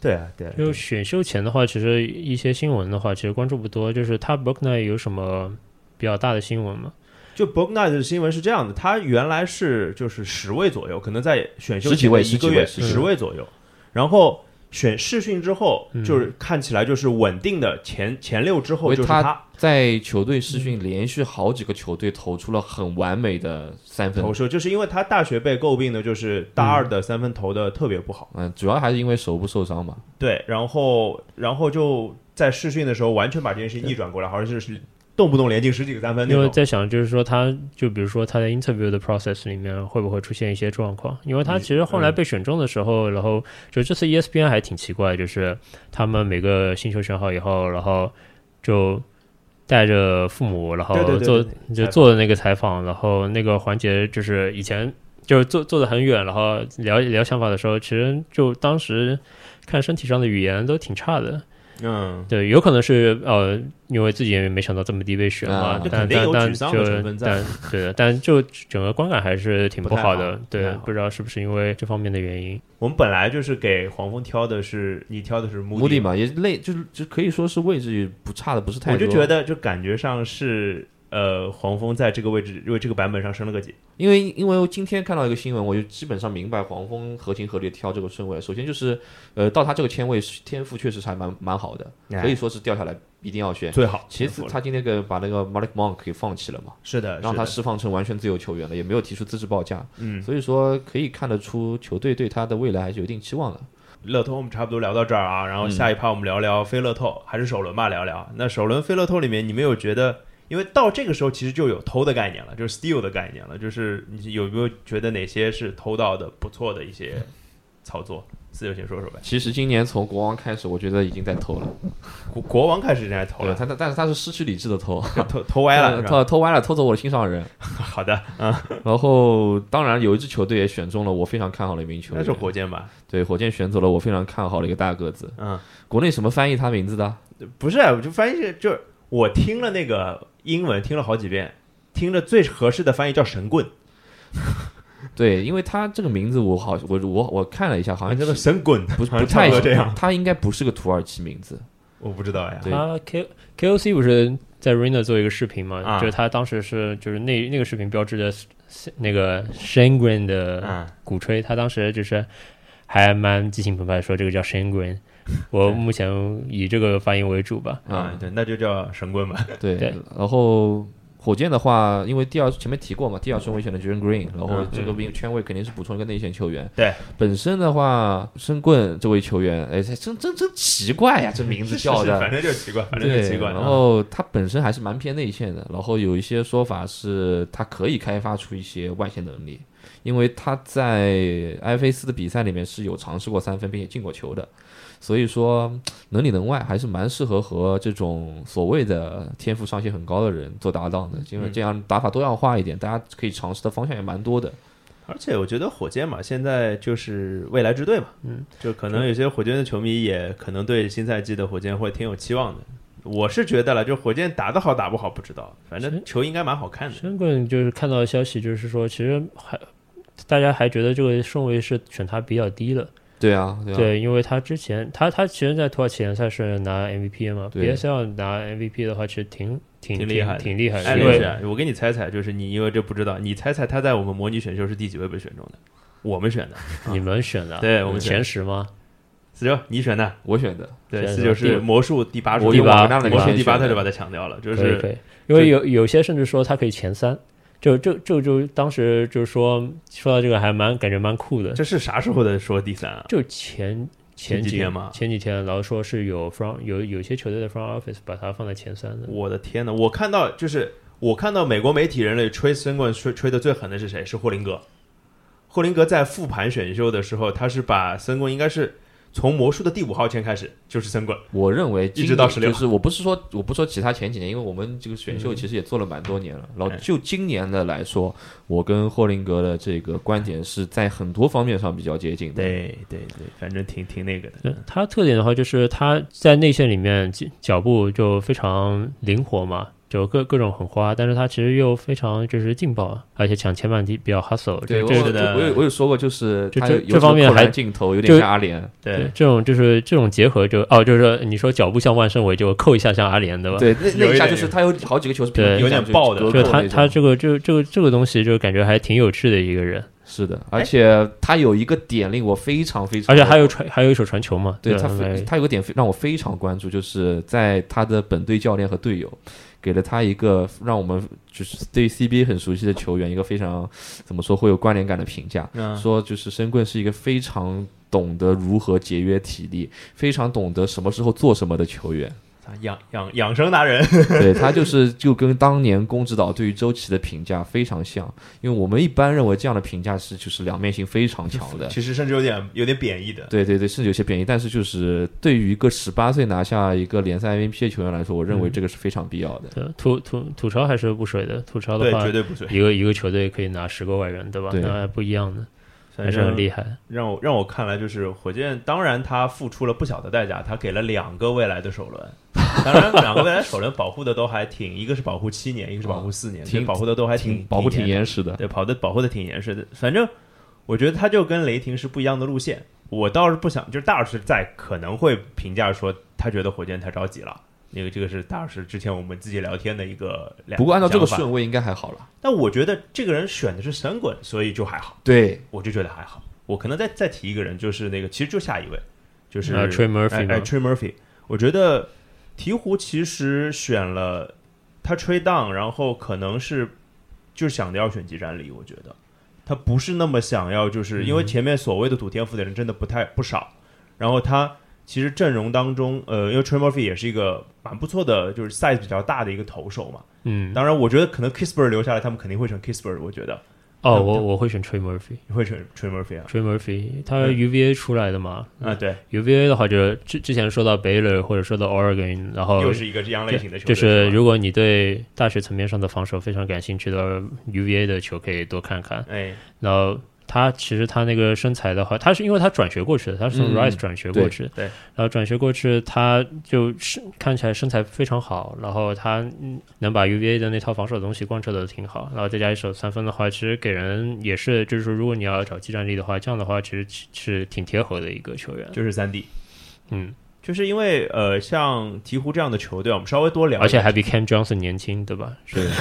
Speaker 1: 对啊，对啊，
Speaker 3: 就选秀前的话，其实一些新闻的话，其实关注不多。就是他 b o o k n e 有什么比较大的新闻吗？
Speaker 1: 就 Bonet 的新闻是这样的，他原来是就是十位左右，可能在选秀
Speaker 2: 十几
Speaker 1: 前的
Speaker 2: 位
Speaker 1: 一
Speaker 2: 十几
Speaker 1: 个
Speaker 2: 位
Speaker 1: 月
Speaker 2: 十几
Speaker 1: 十位左右，然后。选试训之后，
Speaker 3: 嗯
Speaker 1: 就是看起来就是稳定的前前六之
Speaker 2: 因
Speaker 1: 后
Speaker 2: 为
Speaker 1: 就是
Speaker 2: 他
Speaker 1: 他
Speaker 2: 在球队试训连续好几个球队投出了很完美的三分
Speaker 1: 投。射，就是因为他大学被诟病的就是大二的三分投的特别不好，
Speaker 2: 嗯，主要还是因为手部受伤嘛。
Speaker 1: 对，然后然后就在试训的时候完全把这件事情逆转过来，好像是是动不动连进十几个三分那
Speaker 3: 因为
Speaker 1: 种。
Speaker 3: 在想，就是说他，就比如说他在 interview 的 process 里面会不会出现一些状况？因为
Speaker 1: 嗯
Speaker 3: 他其实后来被选中的时候，然后就这次 E ESPN 还挺奇怪，就是他们每个新球选好以后，然后就带着父母，然后
Speaker 1: 对对对
Speaker 3: 做
Speaker 1: 对对
Speaker 3: 就做的那个采访，然后那个环节就是以前就是坐坐得很远，然后聊聊想法的时候，其实就当时看身体上的语言都挺差的，
Speaker 1: 嗯，
Speaker 3: 对，有可能是呃，因为自己也没想到这么低被选嘛
Speaker 2: 啊，
Speaker 1: 这肯
Speaker 3: 但
Speaker 1: 定
Speaker 3: 但
Speaker 1: 有
Speaker 3: 但
Speaker 1: 沮丧
Speaker 3: 就
Speaker 1: 的成分在
Speaker 3: 但
Speaker 1: [laughs]
Speaker 3: 对的，但就整个观感还是挺
Speaker 1: 不太
Speaker 3: 好
Speaker 1: 好
Speaker 3: 的。
Speaker 1: 不
Speaker 3: 对
Speaker 1: 太好，
Speaker 3: 不知道是不是因为这方面的原因。
Speaker 1: 我们本来就是给黄蜂挑的是你挑的是目
Speaker 2: 目的
Speaker 1: 嘛，
Speaker 2: 嘛，也类就是就可以说是位置不差的不是太
Speaker 1: 我
Speaker 2: 多。
Speaker 1: 就觉，得就感觉上是呃黄蜂在这个位置，因为这个版本上升了个级。
Speaker 2: 因为因为今天看到一个新闻，我就基本上明白黄蜂合情合理地挑这个顺位。首先就是，呃，到他这个签位天赋确实还蛮蛮好的，可以说是掉下来一定要选。
Speaker 1: 最好。
Speaker 2: 其次，他今天个把那个 Malik Monk 给放弃了嘛，
Speaker 1: 是的，
Speaker 2: 让
Speaker 1: 是
Speaker 2: 他
Speaker 1: 的
Speaker 2: 释放成完全自由球员了，也没有提出资质报价，
Speaker 1: 嗯，
Speaker 2: 所以说可以看得出球队对他的未来还是有一定期望的。
Speaker 1: 乐透我们差不多聊到这儿啊，然后下一趴我们聊聊非乐透还是首轮吧，聊聊那首轮非乐透里面，你们有觉得？因为到这个时候其实就有偷的概念了，就是 steal 的概念了，就是你有没有觉得哪些是偷到的不错的一些操作？四九先说说呗。
Speaker 2: 其实今年从国王开始，我觉得已经在投了，
Speaker 1: 国国王开始在投
Speaker 2: 对
Speaker 1: 了，
Speaker 2: 他，但但是他是失去理智的投，
Speaker 1: [laughs] 投投歪
Speaker 2: [laughs]
Speaker 1: 了是吧？
Speaker 2: 投投歪了，偷走我的心上人。
Speaker 1: 好的，
Speaker 2: 然后，当然有一支球队也选中了我非常看好的一名球
Speaker 1: 那
Speaker 2: 员，
Speaker 1: 是火箭吧？
Speaker 2: 对火箭选走了我非常看好的一个大个子。
Speaker 1: 嗯，
Speaker 2: 国内什么翻译他名字的？
Speaker 1: 不是，啊我就发现就是我听了那个英文听了好几遍，听着最合适的翻译叫神棍，
Speaker 2: 对，因为他这个名字我好，我我我看了一下，好像
Speaker 1: 这个神棍
Speaker 2: 不
Speaker 1: 好像
Speaker 2: 不
Speaker 1: 差
Speaker 2: 太
Speaker 1: 不多这样，
Speaker 2: 他应该不是个土耳其名字。
Speaker 1: 我不知道呀。
Speaker 2: 对
Speaker 3: 他 K KOC 不是在 Rina 做一个视频嘛？
Speaker 1: 啊
Speaker 3: 就是他当时是就是那那个视频标志着 s- 那个 Shangren 的
Speaker 1: 嗯，
Speaker 3: 鼓吹，他当时就是。还蛮激情澎湃地说这个叫
Speaker 1: [laughs]
Speaker 3: Shane Green，我目前以这个发音为主吧。
Speaker 1: 啊，对，那就叫神棍 [laughs] 吧。
Speaker 2: 对，
Speaker 3: 对
Speaker 2: 然后火箭的话，因为第二前面提过嘛，第二顺位选的 j a r e n Green，然后这个边圈位肯定是补充一个内线球员。
Speaker 1: 对，
Speaker 2: 本身的话，申棍这位球员，哎，这真真真奇怪呀、这名字叫
Speaker 1: 是是
Speaker 2: 的。
Speaker 1: 反正就奇怪，反正就
Speaker 2: 对，
Speaker 1: 奇怪。
Speaker 2: 然
Speaker 1: 啊
Speaker 2: 后他本身还是蛮偏内线的，然后有一些说法是他可以开发出一些外线能力，因为他在埃菲斯的比赛里面是有尝试过三分，并且进过球的，所以说能里能外还是蛮适合和这种所谓的天赋上限很高的人做搭档的，因
Speaker 1: 嗯
Speaker 2: 为这样打法多样化一点，大家可以尝试的方向也蛮多的。
Speaker 1: 而且我觉得火箭嘛，现在就是未来之队嘛，嗯，就可能有些火箭的球迷也可能对新赛季的火箭会挺有期望的。我是觉得了，就火箭打得好打不好不知道，反正球应该蛮好看的。
Speaker 3: 申棍就是看到的消息，就是说其实还大家还觉得这个顺位是选他比较低的，
Speaker 2: 对啊，对啊，
Speaker 3: 对，因为他之前他他其实，在土耳其联赛是拿 MVP 的嘛
Speaker 2: 对
Speaker 3: ，BSL 拿 MVP 的话，其实挺挺
Speaker 1: 挺厉害的
Speaker 3: 挺厉害
Speaker 1: 哎，
Speaker 3: 的，因
Speaker 1: 律
Speaker 3: 为
Speaker 1: 师啊，我给你猜猜，就是你因为这不知道，你猜猜他在我们模拟选秀是第几位被选中的？我们选的，啊
Speaker 3: 你们选的，
Speaker 1: 对我们选
Speaker 3: 前十吗？
Speaker 1: 四九你选的，
Speaker 2: 我选的，
Speaker 1: 对，
Speaker 3: 选
Speaker 1: 四
Speaker 3: 的
Speaker 1: 九是魔术第八
Speaker 2: 我
Speaker 1: 第
Speaker 2: 用
Speaker 3: 吧
Speaker 2: 瓦格纳的
Speaker 1: 魔术
Speaker 2: 选
Speaker 1: 第八特
Speaker 2: 的
Speaker 1: 就把他抢掉了，就
Speaker 3: 可以可
Speaker 1: 是
Speaker 3: 以，因为有有些甚至说他可以前三，就就就就当时就是说说到这个还蛮感觉蛮酷的，
Speaker 1: 这是啥时候的说第三啊？
Speaker 3: 就前前
Speaker 1: 前几
Speaker 3: 几
Speaker 1: 天嘛
Speaker 3: 前几天然后说是有 from 有有些球队的 front office 把他放在前三的，
Speaker 1: 我的天呐，我看到就是我看到美国媒体人类吹申冠吹吹的最狠的是谁？是霍林格。霍林格在复盘选秀的时候，他是把申冠应该是从魔术的第五号签开始就是申冠，
Speaker 2: 我认为
Speaker 1: 直
Speaker 2: 今年
Speaker 1: 到16
Speaker 2: 就是我不是说我不说其他前几年，因为我们这个选
Speaker 3: 嗯
Speaker 2: 秀其实也做了蛮多年了。然后
Speaker 1: 哎
Speaker 2: 就今年的来说，我跟霍林格的这个观点是在很多方面上比较接近的。
Speaker 1: 对对对，反正挺挺那个的。
Speaker 3: 对他特点的话，就是他在内线里面脚脚步就非常灵活嘛，就各各种很花，但是他其实又非常就是劲爆，而且抢前半体比较 hustle，
Speaker 2: 对，
Speaker 3: 就
Speaker 2: 我
Speaker 3: 这
Speaker 1: 是的
Speaker 2: 我有我有说过，就是
Speaker 3: 这
Speaker 2: 他
Speaker 3: 这
Speaker 2: 有
Speaker 3: 这方面还
Speaker 2: 有镜头有
Speaker 3: 就
Speaker 2: 点像阿联，
Speaker 1: 对，
Speaker 3: 这种就是这种结合就哦，就是说你说脚步像万圣伟，就扣一下像阿联对吧？
Speaker 2: 对，那
Speaker 1: 有
Speaker 2: 那
Speaker 1: 一
Speaker 2: 一下
Speaker 1: 点
Speaker 2: 就是他有好几个球是
Speaker 3: 对
Speaker 1: 有点爆的
Speaker 3: 就
Speaker 2: 就
Speaker 3: 他他这个这这个这个东西，就感觉还挺有趣的一个人，
Speaker 2: 是的，而且他有一个点令我非常非常，
Speaker 3: 哎而且还有传还有一手传球嘛，
Speaker 2: 对
Speaker 3: 吧
Speaker 2: 他非他有个点非让我非常关注，就是在他的本队教练和队友给了他一个让我们就是对 CBA 很熟悉的球员一个非常怎么说会有关联感的评价，
Speaker 1: 嗯，
Speaker 2: 说就是申棍是一个非常懂得如何节约体力，非常懂得什么时候做什么的球员。
Speaker 1: 养养养生达人，
Speaker 2: 对他就是就跟当年宫指导对于周琦的评价非常像，因为我们一般认为这样的评价是就是两面性非常强的。
Speaker 1: 其实甚至有点有点贬义的。
Speaker 2: 对对对，甚至有些便宜，但是就是对于一个十八岁拿下一个联赛 MVP 的球员来说，我认为这个是非常必要的。
Speaker 3: 对吐吐吐槽还是不水的，吐槽
Speaker 1: 对
Speaker 3: 的，话
Speaker 1: 绝，对不对。
Speaker 3: 一个一个球队可以拿十个外援对吧？
Speaker 2: 对
Speaker 3: 那还不一样的，还
Speaker 1: 反
Speaker 3: 是很
Speaker 1: 正
Speaker 3: 厉害。
Speaker 1: 让我让我看来，就是火箭，当然他付出了不小的代价，他给了两个未来的首轮，当然两个未来首轮保护的都还挺，一个是保护七年，一个是保护四年，
Speaker 2: 挺
Speaker 1: 其实保护的都还挺
Speaker 2: 嗯保护挺
Speaker 1: 严
Speaker 2: 严实的，
Speaker 1: 对，跑的保护的挺严实的。反正我觉得他就跟雷霆是不一样的路线。我倒是不想，就是大老师在可能会评价说他觉得火箭太着急了，那个这个是大老师之前我们自己聊天的一个两。
Speaker 2: 不过按照这个
Speaker 1: 想法，
Speaker 2: 顺位应该还好了。
Speaker 1: 但我觉得这个人选的是神棍，所以就还好，
Speaker 2: [laughs] 对，
Speaker 1: 我就觉得还好。我可能再再提一个人，就是那个其实就下一位，就是
Speaker 3: 啊，Trey Murphy
Speaker 1: 哎
Speaker 3: 嘛
Speaker 1: 哎，Trey Murphy，我觉得鹈鹕其实选了他 Trey Down，然后可能是就想着要选集战力，我觉得他不是那么想要，
Speaker 3: 嗯
Speaker 1: 就是因为前面所谓的赌天赋的人真的不太不少，然后他其实阵容当中，呃，因为 Trey Murphy 也是一个蛮不错的，就是 size 比较大的一个投手嘛。
Speaker 3: 嗯，
Speaker 1: 当然，我觉得可能 Kisper 留下来，他们肯定会选 Kisper，我觉得
Speaker 3: 哦，我我会选 Trey Murphy，Trey
Speaker 1: 会选 Trey Murphy 啊，
Speaker 3: Murphy，他
Speaker 1: 嗯
Speaker 3: UVA 出来的嘛
Speaker 1: 啊对，
Speaker 3: ，UVA 的话就是之之前说到 Baylor 或者说到 Oregon，然后
Speaker 1: 又是一个这样类型的球
Speaker 3: 哦就
Speaker 1: 队，
Speaker 3: 是
Speaker 1: 吧
Speaker 3: 如果你对大学层面上的防守非常感兴趣的 UVA 的球，可以多看看。
Speaker 1: 哎，
Speaker 3: 然后他其实他那个身材的话，他是因为他转学过去的，他是从
Speaker 2: 嗯
Speaker 3: Rice 转学过去的，
Speaker 1: 对对
Speaker 3: 然后转学过去，他就是看起来身材非常好，然后他嗯能把 UVA 的那套防守的东西贯彻的挺好，然后再加一手三分的话，其实给人也是就是说，如果你要找技战力的话，这样的话其实是是挺贴合的一个球员，
Speaker 1: 就是三 D。
Speaker 3: 嗯，
Speaker 1: 就是因为呃，像鹈鹕这样的球队，我们稍微多聊一下，
Speaker 3: 而且还比 Cam Johnson 年轻，对吧？
Speaker 2: 是
Speaker 1: [laughs]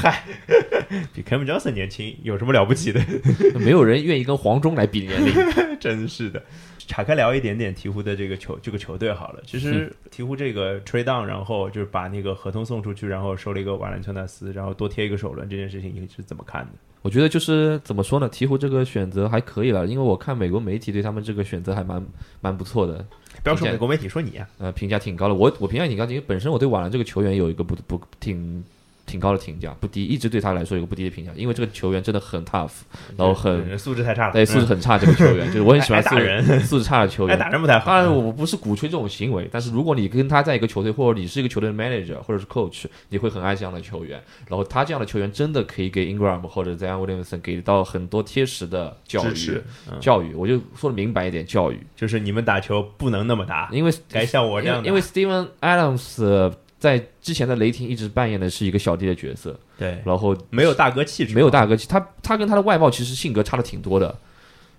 Speaker 1: 比 Cam Johnson 年轻，有什么了不起的？ [laughs]
Speaker 2: 没有人愿意跟黄忠来比年龄。
Speaker 1: 真是的。岔开聊一点点鹈鹕的这个球这个球队好了。其实鹈鹕这个 trade down，然后就是把那个合同送出去，然后收了一个瓦兰乔纳斯，然后多贴一个首轮这件事情，你是怎么看的？
Speaker 2: 我觉得就是怎么说呢，鹈鹕这个选择还可以了，因为我看美国媒体对他们这个选择还蛮蛮不错的，
Speaker 1: 不要说美国媒体说你啊，
Speaker 2: 呃，评价挺高的。我我评价挺高，因为本身我对瓦兰这个球员有一个不不挺挺高的评价，不低，一直对他来说有个不低的评价，因为这个球员真的很 tough，然后很
Speaker 1: 嗯素质 [laughs] 太差了，
Speaker 2: 对素质
Speaker 1: 嗯
Speaker 2: 很差这个球员，就是我很喜欢
Speaker 1: [laughs] 爱爱
Speaker 2: 素
Speaker 1: 打
Speaker 2: 质素质差的球
Speaker 1: [laughs] 爱
Speaker 2: 员。
Speaker 1: 打人不太好。
Speaker 2: 当然，我不是鼓吹这种行为，但是如果你跟他在一个球队，或者你是一个球队的 manager 或者是 coach，你会很爱这样的球员。然后他这样的球员真的可以给 Ingram 或者 Zion Williamson 给到很多贴实的教
Speaker 1: 支
Speaker 2: 育
Speaker 1: 持，，嗯
Speaker 2: 教育，我就说的明白一点，教育，
Speaker 1: 就是你们打球不能那么打，
Speaker 2: 因为
Speaker 1: 该像我这样打
Speaker 2: 因为因为 Steven Adams 呃在之前的雷霆一直扮演的是一个小弟的角色，
Speaker 1: 对，
Speaker 2: 然后
Speaker 1: 没有大哥气质，
Speaker 2: 没有大哥，他他跟他的外貌其实性格差的挺多的，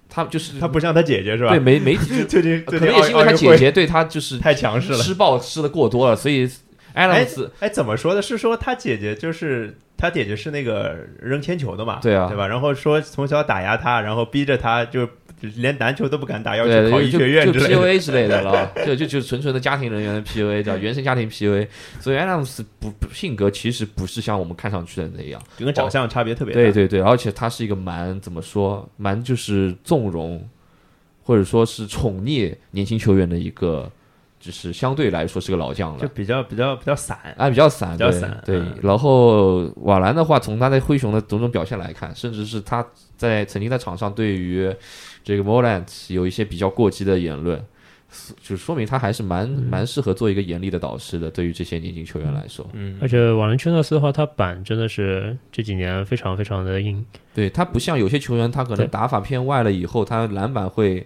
Speaker 2: 他就是
Speaker 1: 他不像他姐姐是吧
Speaker 2: 对？媒媒体
Speaker 1: [laughs] 最
Speaker 2: [laughs]
Speaker 1: 近
Speaker 2: 可
Speaker 1: 最
Speaker 2: 能
Speaker 1: 近
Speaker 2: 也是因为
Speaker 1: 奥
Speaker 2: 他
Speaker 1: 运
Speaker 2: 姐
Speaker 1: 会
Speaker 2: 姐对他就是
Speaker 1: 太强势了。
Speaker 2: 施暴施的过多了，所以 Adams
Speaker 1: 哎，怎么说的？是说他姐姐就是他姐姐是那个扔铅球的嘛？
Speaker 2: 对啊
Speaker 1: 对吧？然后说从小打压他，然后逼着他就连篮球都不敢打，要去考
Speaker 2: 对
Speaker 1: 医学院
Speaker 2: 就
Speaker 1: 之
Speaker 2: 就
Speaker 1: 类的。
Speaker 2: PUA 之类的了，啊就就就纯纯的家庭人员的 PUA 叫原生家庭 PUA，所以 Adams 不不性格其实不是像我们看上去的那样。
Speaker 1: 就跟长相差别特别大。
Speaker 2: 对对对，而且他是一个蛮怎么说，蛮就是纵容或者说是宠溺年轻球员的一个，就是相对来说是个老将
Speaker 1: 就
Speaker 2: 了。
Speaker 1: 比较比较比较散。
Speaker 2: 啊，比较散，
Speaker 1: 比较
Speaker 2: 对
Speaker 1: 散
Speaker 2: 对。
Speaker 1: 嗯
Speaker 2: 然后瓦兰的话，从他在灰熊的种种表现来看，甚至是他在曾经在场上对于这个 Morant 有一些比较过激的言论，就说明他还是蛮
Speaker 1: 嗯
Speaker 2: 蛮适合做一个严厉的导师的。对于这些年轻球员来说，
Speaker 1: 嗯
Speaker 3: 而，且瓦伦丘纳斯的话，他板真的是这几年非常非常的硬，
Speaker 2: 对他不像有些球员，他可能
Speaker 3: 对
Speaker 2: 打法偏外了以后，他篮板会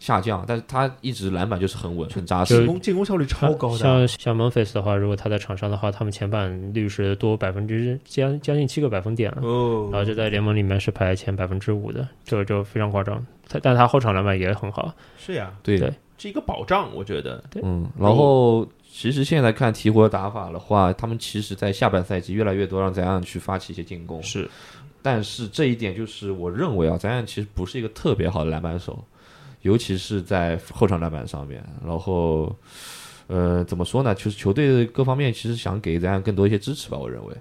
Speaker 2: 下降，但是他一直篮板就是很稳、很扎
Speaker 3: 就
Speaker 2: 实
Speaker 1: 进。攻进攻效率超高的，
Speaker 3: 像像 Memphis 的话，如果他在场上的话，他们前板率是多百分之将将近七个百分点了，然后
Speaker 1: 哦，
Speaker 3: 就在联盟里面是排前百分之五的，这个就非常夸张。他但他后场篮板也很好，
Speaker 1: 是呀，
Speaker 2: 对
Speaker 3: 对
Speaker 1: 是一个保障，我觉得。
Speaker 2: 嗯，然后其实现在看鹈鹕的打法的话，他们其实在下半赛季越来越多让 z i 去发起一些进攻，
Speaker 1: 是，
Speaker 2: 但是这一点就是我认为啊 z i 其实不是一个特别好的篮板手，尤其是在后场篮板上面。然后，呃，怎么说呢？就是球队各方面其实想给 z i 更多一些支持吧，我认为。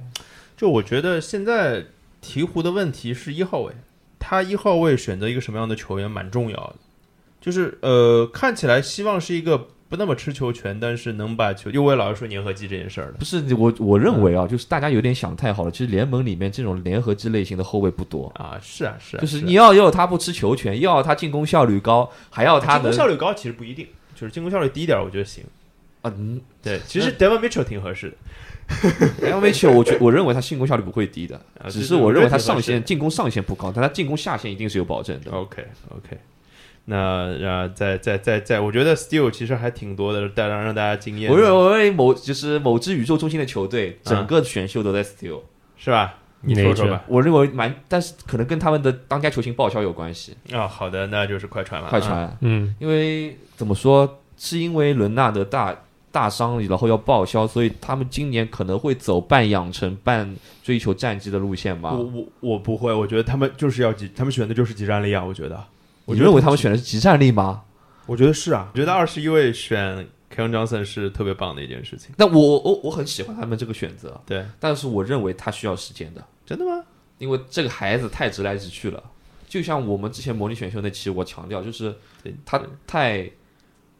Speaker 1: 就我觉得现在鹈鹕的问题是一号位，他一号位选择一个什么样的球员蛮重要的，就是呃，看起来希望是一个不那么吃球权，但是能把球，因为我也老是说粘合剂这件事儿了。
Speaker 2: 不是我，我认
Speaker 1: 嗯
Speaker 2: 为啊，就是大家有点想太好了。其实联盟里面这种联合制类型的后卫不多，
Speaker 1: 啊，是啊，是啊，
Speaker 2: 就是
Speaker 1: 啊
Speaker 2: 你要要他不吃球权，要他进攻效率高，还要他
Speaker 1: 进攻
Speaker 2: 能
Speaker 1: 效率高，其实不一定，就是进攻效率低一点儿，我觉得行。
Speaker 2: 啊，嗯，
Speaker 1: 对，其实 Devon Mitchell 挺合适的，
Speaker 2: L V 我觉我认为他进攻效率不会低的
Speaker 1: 啊，
Speaker 2: 只
Speaker 1: 这
Speaker 2: 是
Speaker 1: 个
Speaker 2: 我
Speaker 1: 我
Speaker 2: 认
Speaker 1: 觉
Speaker 2: 为
Speaker 1: 得
Speaker 2: 他
Speaker 1: 挺
Speaker 2: 上
Speaker 1: 合适
Speaker 2: 限
Speaker 1: 的
Speaker 2: 进攻上限不高，但他进攻下限一定是有保证的。
Speaker 1: OK OK，那呃，再再再再，我觉得 Steel 其实还挺多的，带让让大家惊艳的，
Speaker 2: 我认为某就是某支宇宙中心的球队，
Speaker 1: 啊
Speaker 2: 整个选秀都在 steal，
Speaker 1: 是吧？你
Speaker 3: 哪
Speaker 1: 说
Speaker 3: 一
Speaker 1: 说
Speaker 3: 支
Speaker 1: 吧。
Speaker 2: 我认为蛮，但是可能跟他们的当家球星报销有关系。
Speaker 1: 啊、好的，那就是快传了，
Speaker 2: 快
Speaker 1: 啊
Speaker 2: 船，
Speaker 3: 嗯，
Speaker 2: 因为怎么说，是因为伦纳德大大伤，然后要报销，所以他们今年可能会走半养成、半追求战绩的路线吧
Speaker 1: 我。我我不会，我觉得他们就是要集，他们选的就是集战力啊！我觉得，我
Speaker 2: 你
Speaker 1: 觉得
Speaker 2: 认为他们选的是集战力吗？
Speaker 1: 我觉得是啊，我觉得二十一位选 k e n Johnson 是特别棒的一件事情。
Speaker 2: 那我我我很喜欢他们这个选择，
Speaker 1: 对，
Speaker 2: 但是我认为他需要时间的。
Speaker 1: 真的吗？
Speaker 2: 因为这个孩子太直来直去了。就像我们之前模拟选秀那期，我强调，就是
Speaker 1: 对
Speaker 2: 他
Speaker 1: 对
Speaker 2: 太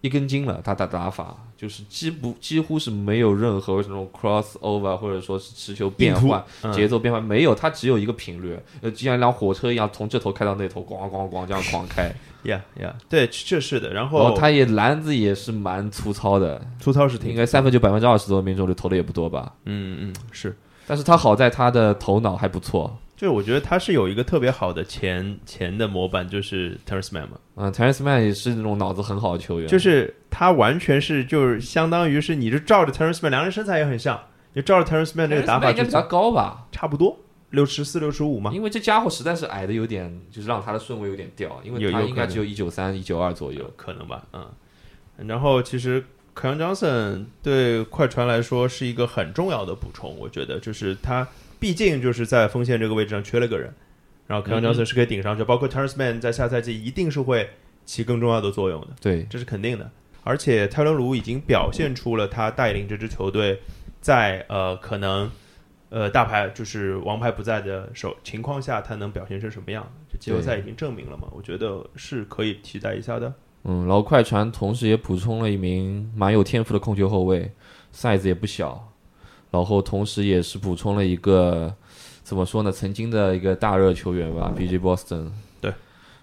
Speaker 2: 一根筋了，他的打法就是几不几乎是没有任何那种 cross over 或者说是持球变换、
Speaker 1: 嗯
Speaker 2: 节奏变换，没有，他只有一个频率，呃，就像一辆火车一样，从这头开到那头，咣咣咣这样
Speaker 1: [laughs]
Speaker 2: 狂开。
Speaker 1: ，Yeah Yeah，对，这是的。然
Speaker 2: 然后
Speaker 1: 后
Speaker 2: 他也篮子也是蛮粗糙的，
Speaker 1: 粗糙是
Speaker 2: 应
Speaker 1: 挺，
Speaker 2: 该三分球百分之二十多命中率投的也不多吧。
Speaker 1: 嗯嗯是，
Speaker 2: 但是他好在他的头脑还不错，
Speaker 1: 就是我觉得他是有一个特别好的前前的模板，就是 Terrence Mann 嘛，
Speaker 2: 嗯，Terrence Mann 也是那种脑子很好的球员，
Speaker 1: 就是他完全是就是相当于是你就照着 Terrence Mann，两人身材也很像，你照着 Terrence Mann 这个打
Speaker 2: Terrence Mann
Speaker 1: 法
Speaker 2: 应该
Speaker 1: 去
Speaker 2: 比较
Speaker 1: 做，
Speaker 2: 高吧。
Speaker 1: 差不多六十四六十五嘛，
Speaker 2: 因为这家伙实在是矮的有点，就是让他的顺位有点掉，因为
Speaker 1: 有
Speaker 2: 他
Speaker 1: 有
Speaker 2: 应该
Speaker 1: 可能
Speaker 2: 只有一九三、一九二左右。
Speaker 1: 可能吧，嗯。然后其实凯恩·张森对快船来说是一个很重要的补充，我觉得就是他毕竟就是在锋线这个位置上缺了个人，然后凯恩·张森是可以顶上去，包括 Terrence Mann 在下赛季一定是会起更重要的作用的，
Speaker 2: 对，
Speaker 1: 这是肯定的。而且泰伦卢已经表现出了他带领这支球队在呃可能呃大牌就是王牌不在的手情况下，他能表现成什么样？这季后赛已经证明了嘛，我觉得是可以期待一下的。
Speaker 2: 嗯，然后快船同时也补充了一名蛮有天赋的控球后卫，size 也不小，然后同时也是补充了一个怎么说呢，曾经的一个大热球员吧，B.G. Boston。
Speaker 1: 对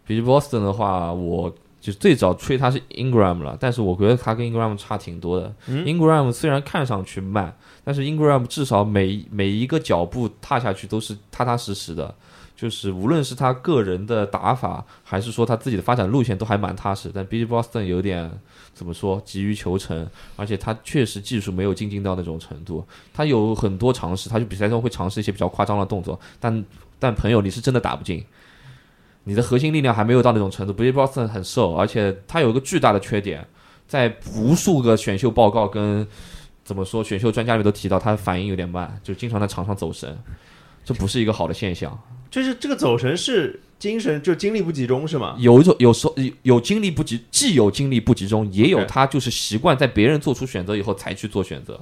Speaker 2: ，B.G. Boston 的话，我就最早吹他是 Ingram 了，但是我觉得他跟 Ingram 差挺多的。Ingram 虽然看上去慢，但是 Ingram 至少每每一个脚步踏下去都是踏踏实实的，就是无论是他个人的打法，还是说他自己的发展路线，都还蛮踏实。但 B. G. Boston 有点怎么说，急于求成，而且他确实技术没有精进到那种程度。他有很多尝试，他就比赛中会尝试一些比较夸张的动作，但但朋友，你是真的打不进。你的核心力量还没有到那种程度。b r i d Boston 很瘦，而且他有一个巨大的缺点，在无数个选秀报告跟怎么说选秀专家里都提到，他反应有点慢，就经常在场上走神，这不是一个好的现象。
Speaker 1: 就是这个走神是精神就精力不集中是吗？
Speaker 2: 有一种有时候有有精力不集，既有精力不集中，也有
Speaker 1: 对
Speaker 2: 他就是习惯在别人做出选择以后才去做选择，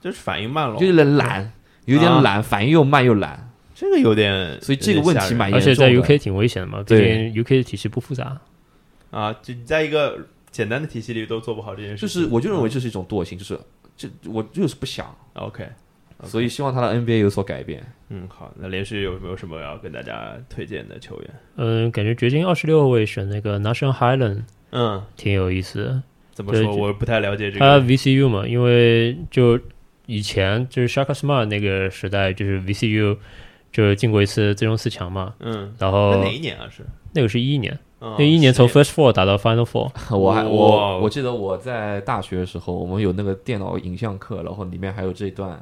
Speaker 1: 就是反应慢了
Speaker 2: 就，有点懒，有点懒，反应又慢又懒，
Speaker 1: 这个有点，
Speaker 2: 所以这个问题蛮
Speaker 3: 而
Speaker 2: 严
Speaker 3: 且
Speaker 2: 重的。
Speaker 3: 在 UK 挺危险的嘛，毕
Speaker 2: 对
Speaker 3: 竟 UK 的体系不复杂。
Speaker 1: 啊，就你在一个简单的体系里都做不好这件事
Speaker 2: 就
Speaker 1: 情，
Speaker 2: 是我就认为这是一种惰性，就是这我就是不想，
Speaker 1: 啊 OK。
Speaker 2: 所以希望他的 NBA 有所改变。 [laughs]
Speaker 1: 嗯，好，那连续有没有什么要跟大家推荐的球员？
Speaker 3: 嗯，感觉掘金二十六位选那个 National Highland
Speaker 1: 嗯，
Speaker 3: 挺有意思的。
Speaker 1: 怎么
Speaker 3: 对
Speaker 1: 说？
Speaker 3: 就呃
Speaker 1: 我不太了解这
Speaker 3: 他
Speaker 1: 个。
Speaker 3: VCU 嘛，因为就以前就是 Shaka Smart 那个时代，就是 VCU 就是进过一次最终四强嘛，
Speaker 1: 嗯，那
Speaker 3: 然后
Speaker 1: 哪一年啊？是
Speaker 3: 那个是一一年，
Speaker 1: 嗯
Speaker 3: 呃那一年从
Speaker 1: 是
Speaker 3: First Four 打到 Final Four，
Speaker 2: 我还
Speaker 1: 哇
Speaker 2: 我我记得我在大学的时候，我们有那个电脑影像课，然后里面还有这一段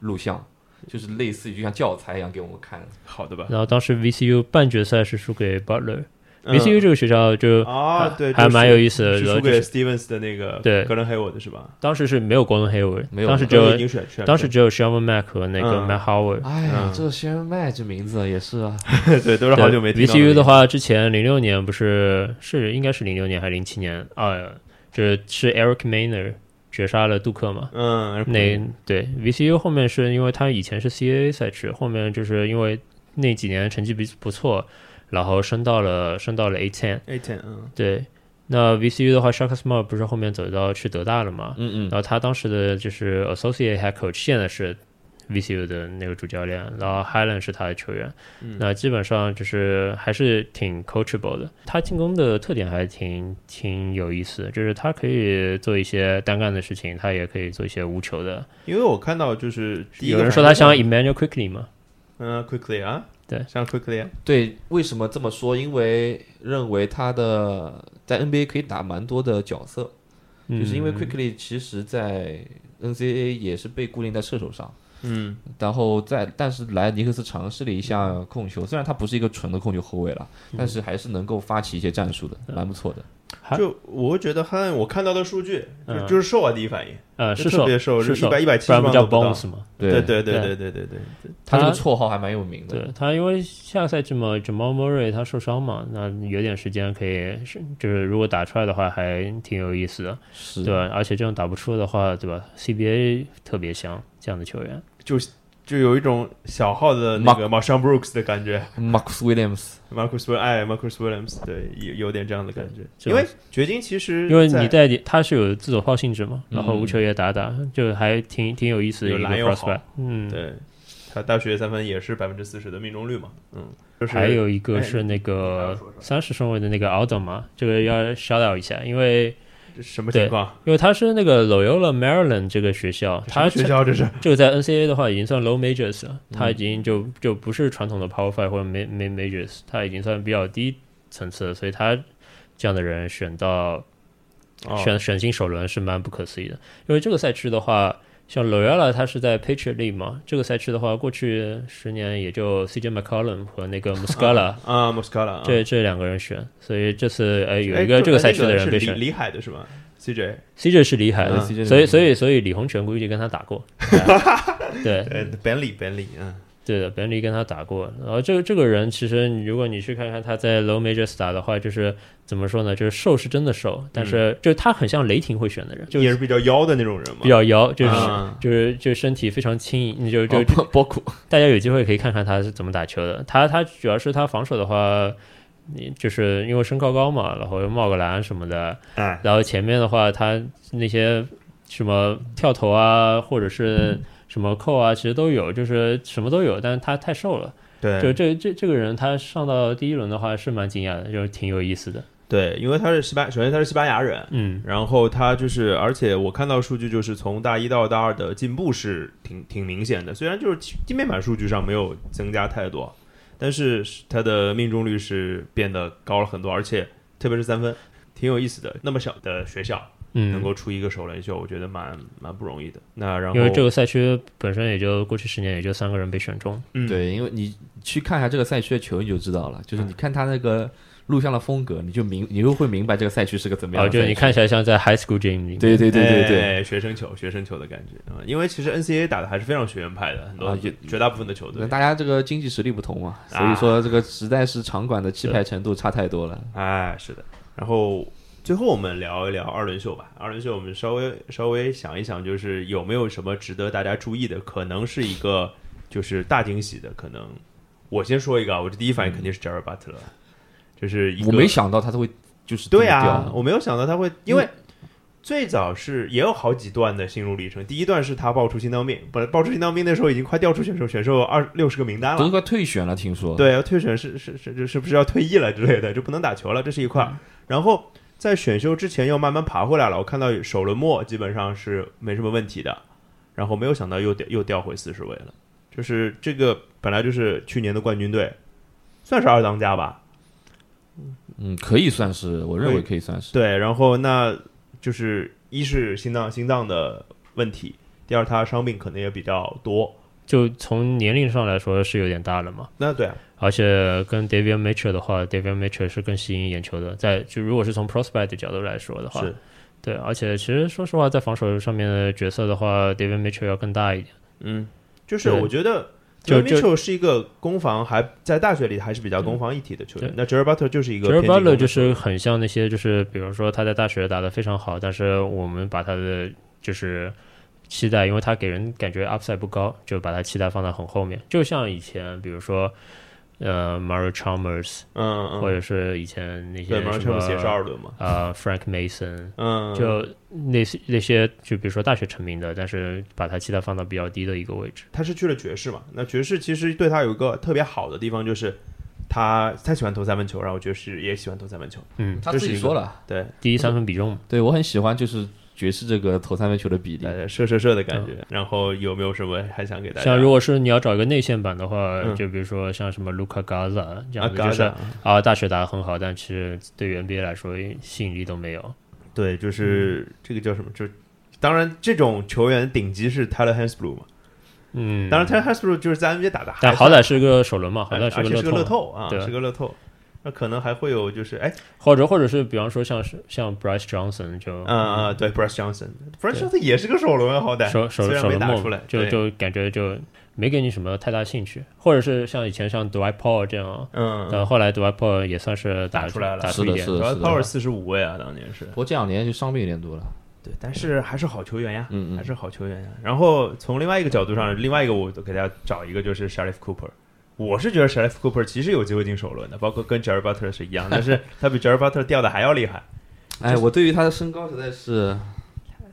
Speaker 2: 录像，就是类似于就像教材一样给我们看。
Speaker 1: 好的吧
Speaker 3: 然后当时 VCU 半决赛是输给 Butler，VCU、
Speaker 1: 嗯
Speaker 3: VCU 这个学校就
Speaker 1: 啊，对，
Speaker 3: 还蛮有意思
Speaker 1: 思
Speaker 3: 的，
Speaker 1: 是
Speaker 3: 然
Speaker 1: 输
Speaker 3: 后就
Speaker 1: 给
Speaker 3: 是
Speaker 1: Stevens 的那个
Speaker 3: 对
Speaker 1: 格伦黑我的是吧？
Speaker 3: 当时是没有 Gordon Hayward，
Speaker 2: 没有
Speaker 3: 当时
Speaker 2: 了
Speaker 3: 只有
Speaker 1: 已经选选
Speaker 3: 当时只有 Sherman Mack 和那个
Speaker 1: 嗯
Speaker 3: Matt Howard，、
Speaker 2: 哎呀
Speaker 1: 嗯，
Speaker 2: 这 s h a r m a 这名字也是啊，
Speaker 1: [laughs] 对都是好久没听到
Speaker 3: VCU
Speaker 1: 的
Speaker 3: 的话，之前零六年不是是应该是零六年还是零七年啊？这是 Eric Maynard 绝杀了杜克嘛？
Speaker 1: 嗯，
Speaker 3: 那对 VCU 后面是因为他以前是 CAA 赛制，后面就是因为那几年成绩比不错，然后升到了升到了 A ten。
Speaker 1: A ten 嗯
Speaker 3: 对，那 VCU 的话 s h a k Smart 不是后面走到去德大了嘛？
Speaker 2: 嗯
Speaker 3: 然后他当时的就是 associate head coach，现在是 VCU 的那个主教练，然后 Highland 是他的球员，
Speaker 1: 嗯
Speaker 3: 那基本上就是还是挺 coachable 的。他进攻的特点还挺挺有意思的，就是他可以做一些单干的事情，他也可以做一些无球的。
Speaker 1: 因为我看到就是第一个
Speaker 3: 有人说
Speaker 1: 反
Speaker 3: 他
Speaker 1: 应
Speaker 3: 像 Emmanuel Quickly 嘛，
Speaker 1: 嗯 quickly 啊，
Speaker 3: 对
Speaker 1: 像 quickly 啊
Speaker 2: 嗯，对，为什么这么说？因为认为他的在 NBA 可以打蛮多的角色，就是因为
Speaker 3: 嗯
Speaker 2: Quickly 其实在 NCAA 也是被固定在射手上。
Speaker 1: 嗯
Speaker 2: 然后在，但是莱尼克斯尝试了一下控球，虽然他不是一个纯的控球后卫了，
Speaker 3: 嗯
Speaker 2: 但是还是能够发起一些战术的，蛮不错的。
Speaker 3: 他
Speaker 1: 就我会觉得汉我看到的数据就
Speaker 3: 嗯
Speaker 1: 就是瘦啊，第一反应
Speaker 3: 呃
Speaker 1: 就是特
Speaker 3: 瘦
Speaker 1: 别瘦，
Speaker 3: 是
Speaker 1: 一
Speaker 3: 瘦
Speaker 1: 百一百七十
Speaker 3: 不然不
Speaker 1: 磅
Speaker 3: 叫
Speaker 1: 都不到。
Speaker 3: Bones 嘛。
Speaker 1: 对
Speaker 2: 对，
Speaker 1: 对对对对
Speaker 3: 对
Speaker 1: 对对，对
Speaker 2: 他这个
Speaker 3: 他
Speaker 2: 绰号还蛮有名的。
Speaker 3: 对他，因为下个赛季嘛，Jamal Murray 他受伤嘛，那有点时间可以是，就是如果打出来的话，还挺有意思的。
Speaker 2: 是
Speaker 3: 对吧？而且这种打不出的话，对吧？CBA 特别香这样的球员，
Speaker 1: 就有一种小号的那个 Marshawn Brooks 的感觉
Speaker 2: Max Williams，
Speaker 1: ，Marcus Will 哎 Marcus Williams 对有有点这样的感觉，
Speaker 3: 这
Speaker 1: 因
Speaker 3: 种
Speaker 1: 为掘金其实
Speaker 3: 因为
Speaker 1: 在
Speaker 3: 你带点他是有自走炮性质嘛，
Speaker 2: 嗯
Speaker 3: 然后无球也打打，就还挺挺有意思的
Speaker 1: 有
Speaker 3: 一个
Speaker 1: 篮又
Speaker 3: prospect
Speaker 1: 好。
Speaker 3: 嗯，
Speaker 1: 对，他大学三分也是百分之四十的命中率嘛，嗯，就是
Speaker 3: 还有一
Speaker 1: 哎
Speaker 3: 个是那
Speaker 1: 你还要
Speaker 3: 个
Speaker 1: 说什么
Speaker 3: 三十顺位的那个 Alden 嘛，这个要 shout out 一下，因为
Speaker 1: 这什么情况？
Speaker 3: 因为他是那个 Loyola Maryland 这个学校，他
Speaker 1: 什么学校这是
Speaker 3: 这个在 NCAA 的话已经算 low majors 了，他已经就就不是传统的 power five 或者 mid mid majors，他已经算比较低层次了，所以他这样的人选到
Speaker 1: 哦
Speaker 3: 选选进首轮是蛮不可思议的，因为这个赛区的话，像 Loyola 它是在 Patriot League 嘛，这个赛区的话，过去十年也就 CJ McCollum 和那 [laughs] 个 Muscala
Speaker 1: 啊 m o s c a l a
Speaker 3: 这这两个人选，所以这次哎有一个这个赛区的人被选
Speaker 1: 李海的是吧？CJ
Speaker 3: ，CJ 是李海
Speaker 1: 嗯
Speaker 3: 的，
Speaker 2: CJ
Speaker 3: [laughs] 所以所以所以李洪权估计跟他打过，对对
Speaker 1: 呃本里本里嗯
Speaker 3: 对的，本里跟他打过。然后这个这个人，其实你如果你去看看他在 Low Majors 打的话，就是怎么说呢？就是瘦是真的瘦，但是就是他很像雷霆会选的嗯人，就
Speaker 1: 也是比较妖的那种人嘛，
Speaker 3: 比较摇，就是、
Speaker 1: 啊
Speaker 3: 就是就身体非常轻盈，你就就
Speaker 2: 哦包包括
Speaker 3: 大家有机会可以看看他是怎么打球的。他他主要是他防守的话，你就是因为身高高嘛，然后又冒个篮什么的，
Speaker 1: 哎，
Speaker 3: 然后前面的话他那些什么跳投啊，或者是什么扣啊，其实都有，就是什么都有，但是他太瘦了。就
Speaker 1: 对
Speaker 3: 这这这个人，他上到第一轮的话是蛮惊讶的，就是挺有意思的。
Speaker 1: 对，因为他是西班，首先他是西班牙人，
Speaker 3: 嗯，
Speaker 1: 然后他就是，而且我看到数据就是从大一到大二的进步是挺挺明显的，虽然就是地面板数据上没有增加太多，但是他的命中率是变得高了很多，而且特别是三分，挺有意思的。那么小的学校
Speaker 3: 嗯
Speaker 1: 能够出一个首轮秀，我觉得蛮蛮不容易的。那然后
Speaker 3: 因为这个赛区本身也就过去十年也就三个人被选中，
Speaker 1: 嗯
Speaker 2: 对，因为你去看一下这个赛区的球，你就知道了，就是你看他那个录像的风格，你就明，你就会明白这个赛区是个怎么
Speaker 3: 然
Speaker 1: 哦
Speaker 3: 后
Speaker 2: 样的
Speaker 3: 就
Speaker 2: 赛区。
Speaker 3: 是你看起来像在 high school gym 里，
Speaker 2: 对对对对对，
Speaker 1: 哎学生球学生球的感觉啊、因为其实 NCAA 打的还是非常学院派的，很多、
Speaker 2: 啊也
Speaker 1: 绝大部分的球
Speaker 2: 那
Speaker 1: 队，
Speaker 2: 大家这个经济实力不同嘛，所
Speaker 1: 啊
Speaker 2: 以说这个实在是场馆的气派程度差太多了。
Speaker 1: 哎，是的。然后最后我们聊一聊二轮秀吧。二轮秀我们稍微稍微想一想，就是有没有什么值得大家注意的？可能是一个就是大惊喜的，可能我先说一个啊，我这第一反应肯定是 Jared Butler，就是一个
Speaker 2: 我没想到他会就是这么
Speaker 1: 对啊
Speaker 2: 掉，
Speaker 1: 我没有想到他会，因为最早是也有好几段的心路历程。第一段是他爆出心脏病，本来爆出心脏病那时候已经快调出选手选秀二六十个名单
Speaker 2: 都
Speaker 1: 了，
Speaker 2: 快退选了，听说。，
Speaker 1: 对，退选是是是是是不是要退役了之类的，就不能打球了，这是一块儿。
Speaker 2: 嗯
Speaker 1: 然后在选秀之前又慢慢爬回来了，我看到首轮末基本上是没什么问题的，然后没有想到又掉又掉回四十位了，就是这个本来就是去年的冠军队，算是二当家吧，
Speaker 2: 嗯，可以算是，我认为可以算是。
Speaker 1: 对，然后那就是一是心脏心脏的问题，第二他伤病可能也比较多。
Speaker 3: 就从年龄上来说是有点大了嘛。
Speaker 1: 那对啊，
Speaker 3: 而且跟 David Mitchell 的话，David Mitchell 是更吸引眼球的，在就如果是从 prospect 的角度来说的话，
Speaker 1: 是，
Speaker 3: 对，而且其实说实话，在防守上面的角色的话，David Mitchell 要更大一点。
Speaker 1: 嗯，就是
Speaker 3: 对
Speaker 1: 我觉得。
Speaker 3: 就
Speaker 1: m i t c h e l 是一个攻防还在大学里还是比较攻防一体的球员
Speaker 3: 对，
Speaker 1: 那 j e r e Butler 就是一个
Speaker 3: j e r
Speaker 1: 偏
Speaker 3: e
Speaker 1: 进攻的
Speaker 3: Butler 就是很像那些，就是比如说他在大学打得非常好，但是我们把他的就是呃期待，因为他给人感觉 upside 不高，就把他期待放在很后面。就像以前，比如说呃 Mario Chalmers，、
Speaker 1: 嗯嗯，
Speaker 3: 或者是以前那些
Speaker 1: 对，马上
Speaker 3: 什么
Speaker 1: 全部也是二轮嘛，
Speaker 3: 呃 Frank Mason，
Speaker 1: 嗯，
Speaker 3: 就那些那些，就比如说大学成名的，但是把他期待放到比较低的一个位置。
Speaker 1: 他是去了爵士嘛，那爵士其实对他有一个特别好的地方就是。他他喜欢投三分球，然后爵士也喜欢投三分球。
Speaker 3: 嗯，
Speaker 2: 他
Speaker 1: 这
Speaker 2: 自
Speaker 1: 是一
Speaker 2: 己
Speaker 1: 个
Speaker 2: 说了，
Speaker 1: 对，
Speaker 3: 第一三分比重，
Speaker 2: 对我很喜欢就是爵士这个投三分球的比例。
Speaker 1: 呃，射射射的感觉。然后有没有什么还想给大家？
Speaker 3: 嗯像如果是你要找一个内线版的话，
Speaker 1: 嗯
Speaker 3: 就比如说像什么 Luca Gaza 这
Speaker 1: 啊，
Speaker 3: 样子，
Speaker 1: 嘎
Speaker 3: 就是
Speaker 1: 达
Speaker 3: 啊，大学打得很好，但其实对于 NBA 来说吸引力都没有。
Speaker 1: 对，就是
Speaker 3: 嗯
Speaker 1: 这个叫什么？就当然，这种球员顶级是 Tyler Hansbrough 嘛。
Speaker 3: 嗯，
Speaker 1: 当然，Tyler Hansbrough 就是在 NBA 打的，
Speaker 3: 但好歹是个首轮嘛，好
Speaker 1: 哎而
Speaker 3: 歹
Speaker 1: 且
Speaker 3: 个
Speaker 1: 是个乐
Speaker 3: 透嘛，
Speaker 1: 透啊，
Speaker 3: 对
Speaker 1: 是个乐透。那可能还会有就是哎，
Speaker 3: 或者或者是比方说像是像 Bryce Johnson 就
Speaker 1: 嗯嗯，对，Bryce Johnson，Bryce Johnson 也是个首轮啊，好歹
Speaker 3: 手手
Speaker 1: 虽然
Speaker 3: 手
Speaker 1: 没
Speaker 3: 的
Speaker 1: 打出
Speaker 3: 梦
Speaker 1: 来，，
Speaker 3: 就
Speaker 1: 对
Speaker 3: 就感觉就没给你什么太大兴趣，或者是像以前像 Dwight Powell 这样，
Speaker 1: 嗯，
Speaker 3: 但后来 Dwight Powell 也算是
Speaker 1: 打
Speaker 3: 打
Speaker 1: 出来了
Speaker 3: 打
Speaker 2: 是
Speaker 3: 出
Speaker 2: 的
Speaker 3: 一点
Speaker 2: 是。的
Speaker 1: p o w e r 四十五位啊，当年是
Speaker 2: 不过这两年就伤病有点多了。
Speaker 1: 对，但是还是好球员呀，
Speaker 2: 嗯嗯
Speaker 1: 还是好球员呀。然后从另外一个角度上，另外一个我给大家找一个就是 Sharif Cooper，我是觉得 Sharif Cooper 其实有机会进首轮的，包括跟 Jared Butler 是一样，但
Speaker 2: [laughs]
Speaker 1: 是他比 Jared Butler 掉的还要厉害，
Speaker 2: 哎，我对于他的身高实在是，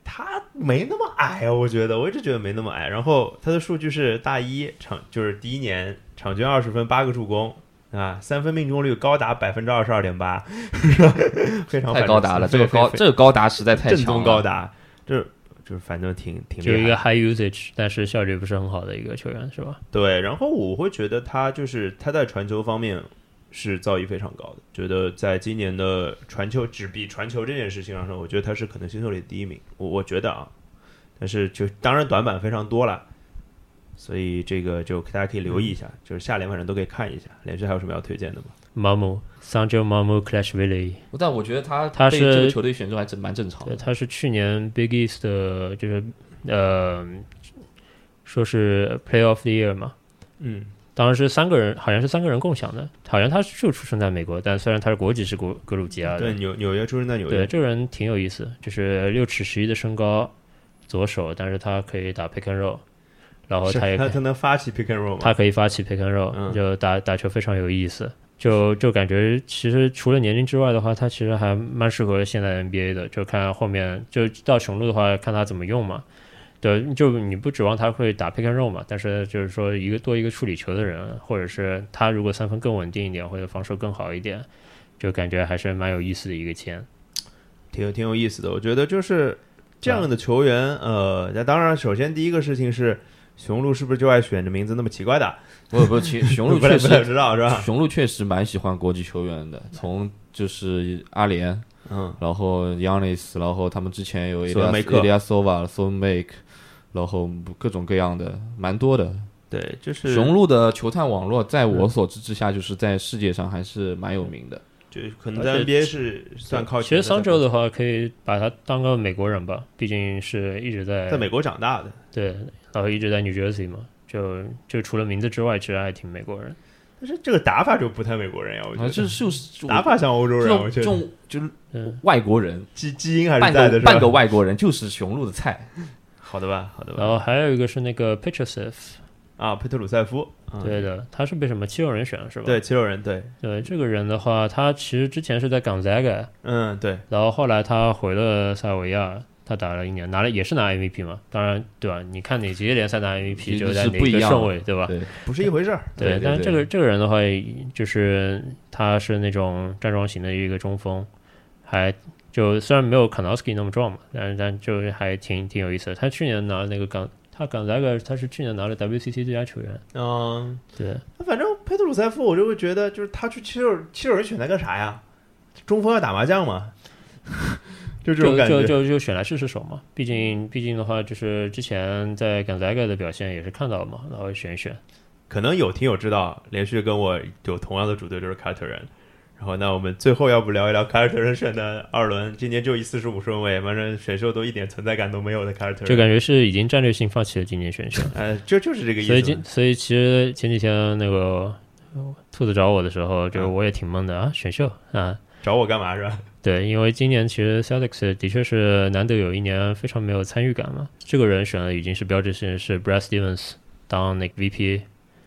Speaker 1: 他没那么矮啊，我觉得我一直觉得没那么矮。然后他的数据是大一场就是第一年场均二十分八个助攻。啊，三分命中率高达百分之二十二点八， [laughs] 非常
Speaker 2: 太高达了，
Speaker 1: 非
Speaker 2: 这个高
Speaker 1: 非
Speaker 2: 这个高达实在太
Speaker 1: 正
Speaker 2: 强
Speaker 1: 宗
Speaker 2: 了。
Speaker 1: 高达，就是就是反正挺挺
Speaker 3: 就
Speaker 1: 厉
Speaker 3: 一
Speaker 1: 害
Speaker 3: 个
Speaker 1: 的。
Speaker 3: high usage，但是效率不是很好的一个球员，是吧？
Speaker 1: 对，然后我会觉得他就是他在传球方面是造诣非常高的，觉得在今年的传球只比传球这件事情上，我觉得他是可能新秀里的第一名，我我觉得啊，但是就当然短板非常多了。所以这个就大家可以留意一下，就是下联反正都可以看一下。连续还有什么要推荐的吗？
Speaker 3: Mamu Sanjo Mamu Clash Valley，
Speaker 2: 但我觉得他
Speaker 3: 他
Speaker 2: 被
Speaker 3: 是
Speaker 2: 这个球队选中还真蛮正
Speaker 1: 啊
Speaker 2: 常
Speaker 3: 对，
Speaker 2: 的。
Speaker 3: 他是去年 Big East 的，就是呃，说是 Playoff the Year 嘛，
Speaker 2: 嗯，
Speaker 3: 当然是三个人，好像是三个人共享的，好像他就出生在美国，但虽然他的国籍是格格鲁吉亚
Speaker 1: 对
Speaker 3: 的。
Speaker 1: 纽纽约出生在纽
Speaker 3: 对，
Speaker 1: 约，
Speaker 3: 这个人挺有意思，就是六尺十一的身高，左手，但是他可以打 pick and roll，然后
Speaker 1: 是
Speaker 3: 他也可
Speaker 1: 他
Speaker 3: 以
Speaker 1: 他能发起 pick and roll 吗？
Speaker 3: 他可以发起 pick and roll，、
Speaker 1: 嗯
Speaker 3: 就打打球非常有意思。就就感觉其实除了年龄之外的话，他其实还蛮适合现在 NBA 的。就看后面就到雄鹿的话，看他怎么用嘛。对，就你不指望他会打 pick and roll 嘛，但是就是说一个多一个处理球的人，或者是他如果三分更稳定一点，或者防守更好一点，就感觉还是蛮有意思的一个签。
Speaker 1: 挺有挺有意思的。我觉得就是这样的球员，呃，那当然，首先第一个事情是，雄鹿是不是就爱选这名字那么奇怪的？
Speaker 2: [laughs] 不不，其雄鹿
Speaker 1: 不太
Speaker 2: 确
Speaker 1: 不啊太
Speaker 2: 实，
Speaker 1: 知道是吧？
Speaker 2: 雄鹿确实蛮喜欢国际球员的，从就是阿联，
Speaker 1: 嗯，
Speaker 2: 然后 Yanis，然后他们之前有
Speaker 1: Sol
Speaker 2: Elias
Speaker 1: Maker
Speaker 2: Eliasova、s o n Make，然后各种各样的，蛮多的。
Speaker 1: 对，就是
Speaker 2: 雄鹿的球探网络，在我所知之下，就是在世界上还是蛮有名的。
Speaker 1: 就可能在
Speaker 3: 而且
Speaker 1: NBA 是算靠
Speaker 3: 其实
Speaker 1: 前的
Speaker 3: 桑州的话，可以把他当个美国人吧，毕竟是一直在
Speaker 1: 在美国长大的，
Speaker 3: 对，然后一直在 New Jersey 嘛，就就除了名字之外，其实还挺美国人。
Speaker 1: 但是这个打法就不太美国人呀，我觉
Speaker 2: 啊，
Speaker 1: 得
Speaker 2: 这就是
Speaker 1: 打法像欧洲
Speaker 2: 这
Speaker 1: 人，我
Speaker 2: 种
Speaker 1: 觉
Speaker 2: 这
Speaker 1: 得
Speaker 2: 种就是
Speaker 3: 嗯，
Speaker 2: 外国人，
Speaker 1: 基基因还
Speaker 2: 半
Speaker 1: 是在
Speaker 2: 个
Speaker 1: 的，是吧
Speaker 2: 半个外国人就是雄鹿的菜。
Speaker 1: 好的吧，好的
Speaker 2: 嗯
Speaker 3: 然
Speaker 2: 哦
Speaker 1: 吧。
Speaker 3: 后还有一个是那个 p i t c h e r s e f
Speaker 1: 啊，佩特鲁塞夫，嗯
Speaker 3: 对的，他是被什么七六人选是吧？
Speaker 1: 对，七六人，对，
Speaker 3: 对，这个人的话，他其实之前是在 Gonzaga，
Speaker 1: 嗯，对，
Speaker 3: 然后后来他回了塞尔维亚，他打了一年，拿了也是拿 MVP 嘛，当然对吧？你看哪些联赛拿 MVP 就是在
Speaker 2: 是
Speaker 3: 哪
Speaker 2: 不一
Speaker 3: 个
Speaker 2: 样
Speaker 3: 顺
Speaker 2: 的
Speaker 3: 位，对吧？
Speaker 2: 对
Speaker 1: 不是一回事儿。
Speaker 2: 对对
Speaker 3: 但是
Speaker 2: 对
Speaker 3: 这个这个人的话，就是他是那种站桩型的一个中锋，还就虽然没有 Kanowski 那么壮嘛，但是但就是还挺挺有意思的。他去年拿了那个港，他港扎格他是去年拿了 WCC 最佳球员，
Speaker 1: 嗯，
Speaker 3: 对
Speaker 1: 反正佩特鲁塞夫，我就会觉得，就是他去七六七六人选他干啥呀？中锋要打麻将嘛， [laughs] 就这种
Speaker 3: 就
Speaker 1: 感
Speaker 3: 就
Speaker 1: 觉。
Speaker 3: 就就选来试试手嘛。毕竟毕竟的话，就是之前在港扎格的表现也是看到了嘛，然后选一选。
Speaker 1: 可能有听友知道，连续跟我有同样的主队就是凯尔特人。然后，那我们最后要不聊一聊凯尔特人选的二轮，今年就以四十五顺位，反正选秀都一点存在感都没有的凯尔特
Speaker 3: 就
Speaker 1: 人。
Speaker 3: 感觉是已经战略性放弃了今年选秀。
Speaker 1: 呃，就就是这个意思。
Speaker 3: 所以今所以其实前几天那个呃兔子找我的时候，就
Speaker 1: 嗯
Speaker 3: 我也挺懵的啊，选秀啊。
Speaker 1: 找我干嘛是吧？
Speaker 3: 对，因为今年其实 Celtics 的确是难得有一年非常没有参与感嘛。这个人选的已经是标志性是 Brad Stevens 当那个 VP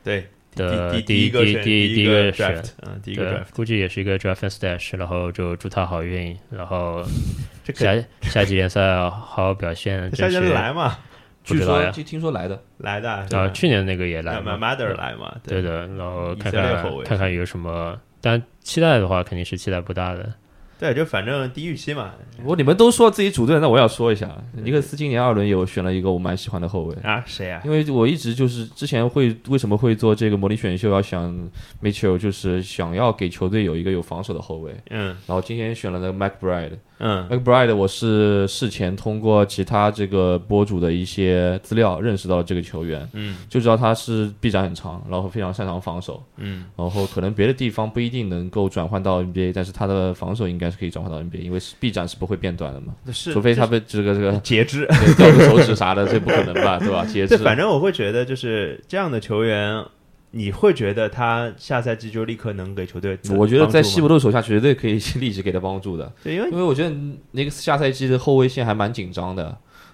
Speaker 1: 对，
Speaker 3: 的
Speaker 1: 第
Speaker 3: 呃第
Speaker 1: 一个选
Speaker 3: 第
Speaker 1: 第
Speaker 3: 一
Speaker 1: 个
Speaker 3: 个
Speaker 1: draft，嗯，第一个
Speaker 3: 对
Speaker 1: draft，，
Speaker 3: 估计也是一个 draft and stash，然后就祝他好运，然
Speaker 1: [laughs]
Speaker 3: 后
Speaker 1: 这可
Speaker 3: 下下季联赛好好表现，
Speaker 1: 下
Speaker 3: 争取
Speaker 1: 届来嘛，
Speaker 3: 不
Speaker 2: 据
Speaker 3: 知道呀
Speaker 2: 说就听说来的，
Speaker 1: 来的
Speaker 3: 啊，去年那个也来
Speaker 1: 来
Speaker 3: 嘛，
Speaker 1: 马德尔来嘛，
Speaker 3: 对的，然后
Speaker 1: 以
Speaker 3: 看
Speaker 1: 色列
Speaker 3: 看
Speaker 1: 后卫
Speaker 3: 看看有什么，但期待的话肯定是期待不大的。
Speaker 1: 对，就反正低预期嘛，
Speaker 2: 我你们都说自己组队，那我要说一下，尼克斯今年二轮有选了一个我蛮喜欢的后卫，
Speaker 1: 啊，谁啊？
Speaker 2: 因为我一直就是之前会为什么会做这个模拟选秀，要想 Mitchell 就是想要给球队有一个有防守的后卫，
Speaker 1: 嗯
Speaker 2: 然后今天选了那个 McBride。
Speaker 1: 嗯
Speaker 2: McBride 我是事前通过其他这个博主的一些资料认识到了这个球员，
Speaker 1: 嗯，
Speaker 2: 就知道他是臂展很长，然后非常擅长防守，
Speaker 1: 嗯，
Speaker 2: 然后可能别的地方不一定能够转换到 NBA，但是他的防守应该是可以转换到 NBA，因为是臂展是不会变短的嘛，
Speaker 1: 是
Speaker 2: 呃除非他被这个这
Speaker 1: [laughs]
Speaker 2: 个
Speaker 1: 截肢。
Speaker 2: 对掉个手指啥的，这不可能吧，
Speaker 1: [laughs]
Speaker 2: 对吧？截
Speaker 1: 对，
Speaker 2: 肢，
Speaker 1: 反正我会觉得就是这样的球员，你会觉得他下赛季就立刻能给球队帮助吗。
Speaker 2: 我觉得在西伯勒手下绝对可以 [laughs] 立即给他帮助的，
Speaker 1: 对，因为
Speaker 2: 因为我觉得那个下赛季的后卫线还蛮紧张的，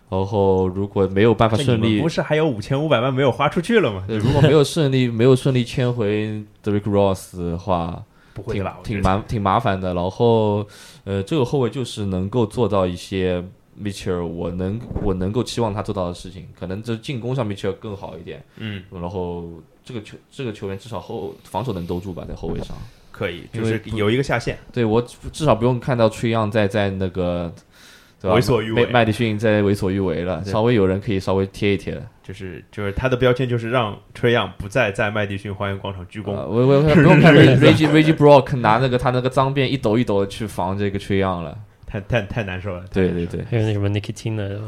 Speaker 2: 然后如果没有办法
Speaker 1: 这
Speaker 2: 顺
Speaker 1: 你
Speaker 2: 利
Speaker 1: 们不。是还有五千五百万没有花出去了吗？ [laughs]
Speaker 2: 对，如果没有顺利没有顺利签回 Derrick Rose 的话，
Speaker 1: 不会
Speaker 2: 挺
Speaker 1: 的吧？我觉得
Speaker 2: 挺麻挺麻烦的。然后，呃，这个后卫就是能够做到一些 Mitchell 我能我能够期望他做到的事情，可能这进攻上 Mitchell 更好一点。
Speaker 1: 嗯，
Speaker 2: 然后这个球这个球员至少后防守能兜住吧，在后卫上。
Speaker 1: 可以，
Speaker 2: 因
Speaker 1: 就
Speaker 2: 为
Speaker 1: 是
Speaker 2: 不
Speaker 1: 有一个下限。
Speaker 2: 对我至少不用看到 t r e y o n 在在那个。对吧？
Speaker 1: 为所欲为
Speaker 2: 麦麦迪逊在为所欲为了，
Speaker 1: 对
Speaker 2: 稍微有人可以稍微贴一贴了。
Speaker 1: 就是就是他的标签就是让崔杨不再在麦迪逊花园广场鞠躬
Speaker 2: 啊，我我
Speaker 1: [laughs]
Speaker 2: 不用看 Reggie Reggie Brock 拿那个他那个脏辫一抖一抖的去防这个缺样了。哎
Speaker 1: 太太太难受了。
Speaker 2: 对对对，
Speaker 3: 还有那什么 Nikitina 对吧？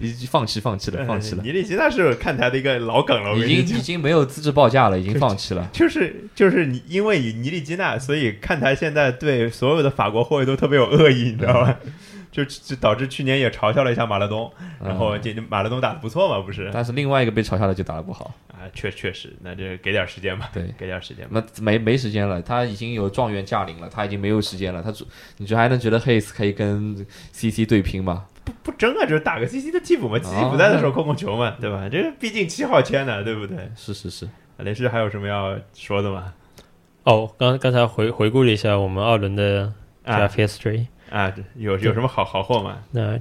Speaker 2: 已经放弃放弃了放弃
Speaker 1: [laughs]
Speaker 2: 了，
Speaker 1: 哎你这其他是看台的一个老梗了，我跟你
Speaker 2: 已经
Speaker 1: 讲
Speaker 2: 已。经没有资质报价了，已经放
Speaker 1: [laughs]
Speaker 2: 弃了。嗯
Speaker 1: 就是就是你，因为你尼利基纳，所以看台现在对所有的法国后卫都特别有恶意，你知道吧？就就导致去年也嘲笑了一下马拉东，
Speaker 2: 嗯
Speaker 1: 然后这马拉东打的不错嘛，不是？
Speaker 2: 但是另外一个被嘲笑的就打得不好，
Speaker 1: 啊，确确实，那这给点时间吧，
Speaker 2: 对，
Speaker 1: 给点时间吧。
Speaker 2: 那没没时间了，他已经有状元驾临了，他已经没有时间了，他主你觉得还能觉得 Hayes 可以跟 CC 对拼吗？
Speaker 1: 不争啊，就是打个 CC 的替补嘛，CC 不在的时候控控球嘛，对吧？这个毕竟七号签的，对不对？
Speaker 2: 是是是，
Speaker 1: 雷师还有什么要说的吗？
Speaker 3: 哦，刚刚才回回顾了一下我们二轮的 draft
Speaker 1: 啊
Speaker 3: history，、
Speaker 1: 啊，有有什么好好货吗？
Speaker 3: 那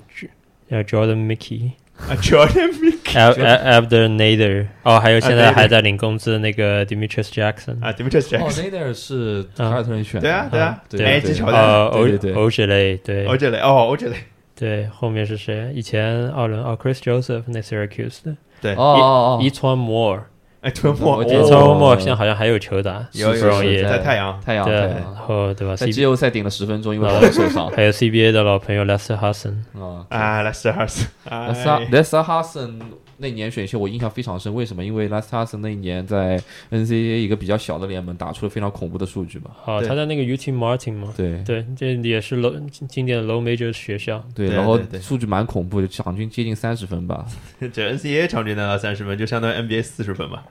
Speaker 3: 呃 Jordan Mickey、
Speaker 1: 啊，Jordan Mik
Speaker 3: Ab Ab Abder Nader，哦，还有现在
Speaker 1: Nader
Speaker 3: 还在领工资的那个 Demetrius Jackson，
Speaker 1: 啊，Demetrius
Speaker 2: 哦
Speaker 1: Jackson，
Speaker 2: ，Nader 是 [laughs] 凯尔特人选的，
Speaker 1: 对啊，对啊，
Speaker 2: 对
Speaker 1: 埃
Speaker 2: 对
Speaker 1: 及
Speaker 2: 对
Speaker 1: 乔丹，
Speaker 3: 呃，欧
Speaker 2: 对对对
Speaker 3: 欧之类，对
Speaker 1: 欧杰雷，哦，欧杰雷，
Speaker 3: 对，后面是谁？以前二轮哦，Chris Joseph 那 Syracuse 的
Speaker 1: 对
Speaker 2: 哦，哦哦，
Speaker 3: e t o n Moore，
Speaker 1: 哎，吞没，
Speaker 2: 我
Speaker 3: e t
Speaker 2: 记
Speaker 3: o
Speaker 2: 得
Speaker 3: n
Speaker 2: 哦
Speaker 3: Moore 现在好像还有球打，
Speaker 1: 有
Speaker 2: 是
Speaker 1: 有
Speaker 3: 容易
Speaker 1: 有，在太阳，
Speaker 2: 太阳，
Speaker 3: 对，
Speaker 2: 太
Speaker 3: 然
Speaker 2: 阳，
Speaker 3: 后对吧
Speaker 2: 在
Speaker 3: ？C
Speaker 2: 季后赛顶了十分钟，因为老受伤
Speaker 3: 还有 CBA 的老朋友 Lester Hudson，
Speaker 1: [laughs]
Speaker 2: 啊。
Speaker 1: 啊，莱斯哈斯，啊
Speaker 2: 莱斯哈莱斯哈森那年选秀我印象非常深，为什么？因为莱斯哈森那一年在 NCAA 一个比较小的联盟打出了非常恐怖的数据嘛。
Speaker 3: 哦，
Speaker 1: 对
Speaker 3: 他在那个 UT Martin 嘛，
Speaker 2: 对
Speaker 3: 对，这也是 low 经典的 low major 学校，
Speaker 2: 对，
Speaker 1: 对
Speaker 2: 然后
Speaker 1: 对对
Speaker 2: 数据蛮恐怖的，场均接近三十分吧。
Speaker 1: 这 NCAA 场均拿到三十分，就相当于 NBA 四十分吧。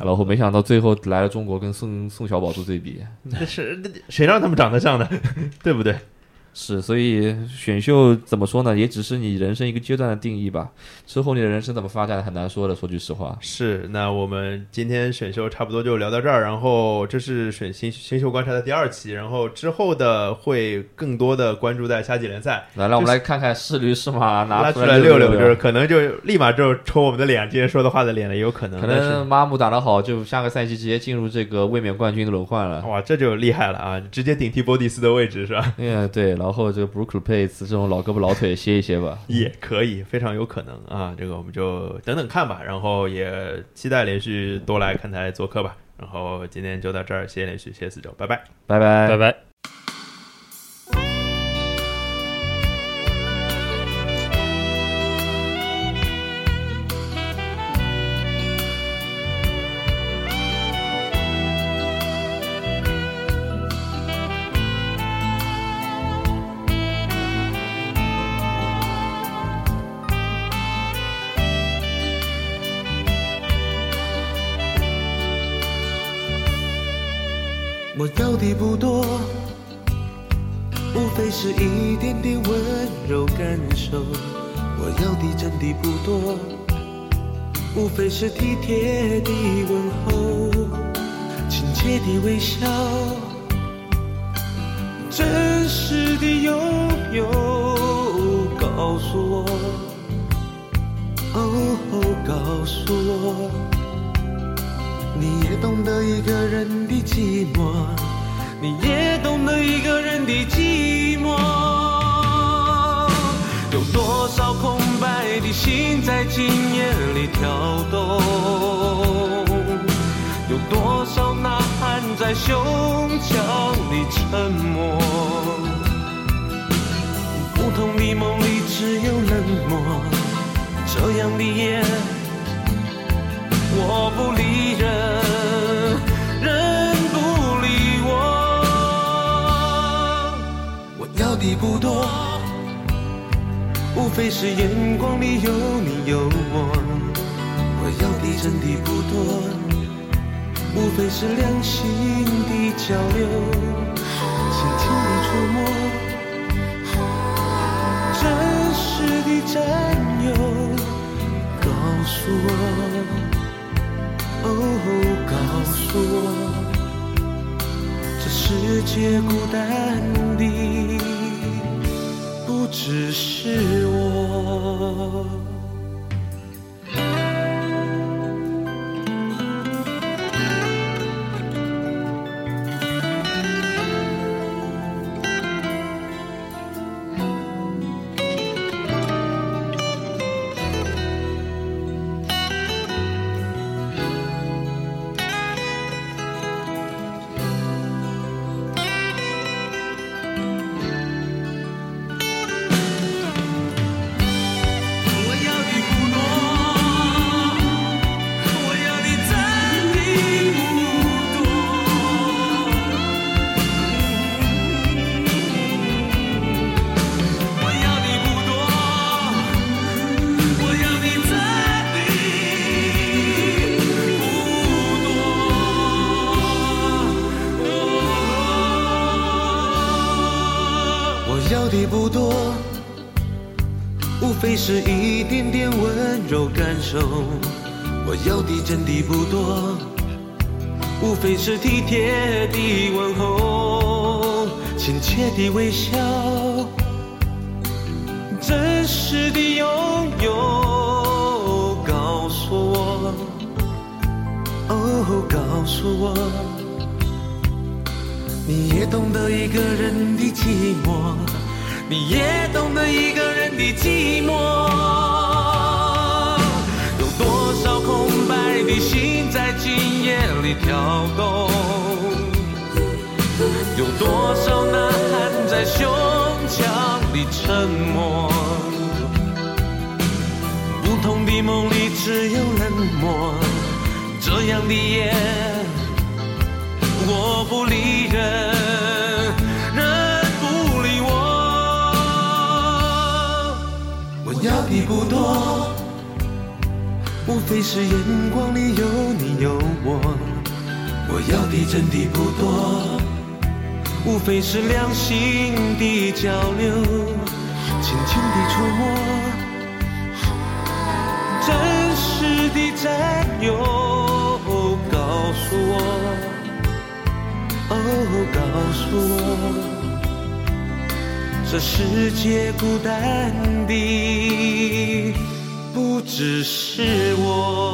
Speaker 2: 然后没想到最后来了中国，跟宋宋小宝做对比，
Speaker 1: 那是那谁让他们长得像的， [laughs] 对不对？
Speaker 2: 是，所以选秀怎么说呢？也只是你人生一个阶段的定义吧。之后你的人生怎么发展很难说的。说句实话，
Speaker 1: 是，那我们今天选秀差不多就聊到这儿，然后这是选新新秀观察的第二期，然后之后的会更多的关注在夏季联赛，
Speaker 2: 来，让我们来看看是驴是马拿
Speaker 1: 拉
Speaker 2: 出
Speaker 1: 出来
Speaker 2: 六
Speaker 1: 六就是
Speaker 2: 六。
Speaker 1: 可能就立马就抽我们的脸，今天说的话的脸了，也有可能，
Speaker 2: 可
Speaker 1: 但
Speaker 2: 能
Speaker 1: 是
Speaker 2: 马姆打得好，就下个赛季直接进入这个卫冕冠军的轮换了。
Speaker 1: 哇，这就厉害了啊，直接顶替波蒂斯的位置是吧？
Speaker 2: 嗯，对，然后这个 Brook Lopez 这种老胳膊老腿歇一歇吧。
Speaker 1: 也可以，非常有可能啊，这个我们就等等看吧，然后也期待连续多来看台做客吧，然后今天就到这儿，谢谢连续，谢谢四九，拜拜。
Speaker 2: 拜拜，
Speaker 3: 拜拜。
Speaker 5: 我要的不多，无非是一点点温柔感受。我要的真的不多，无非是体贴的问候，亲切的微笑，真实的拥有。告诉我，哦，告诉我。你也懂得一个人的寂寞，你也懂得一个人的寂寞。有多少空白的心在今夜里跳动？有多少呐喊在胸腔里沉默？不同的梦里只有冷漠，这样的夜。我不理人，人不理我。我要的不多，无非是眼光里有你有我。我要的真的不多，无非是两心的交流，轻轻的触摸，真实的占有，告诉我。哦，告诉我，这世界孤单的不只是我。我要非是一点点温柔感受。我要的真的不多，无非是体贴的问候，亲切的微笑，真实的拥有。告诉我，哦，告诉我，你也懂得一个人的寂寞。你也懂得一个人的寂寞，有多少空白的心在今夜里跳动，有多少呐喊在胸腔里沉默，不同的梦里只有冷漠，这样的夜，我不理人。我要的不多，无非是眼光里有你有我。我要的真的不多，无非是两心的交流，轻轻的触摸，真实的占有。告诉我，哦，告诉我。这世界孤单的不只是我。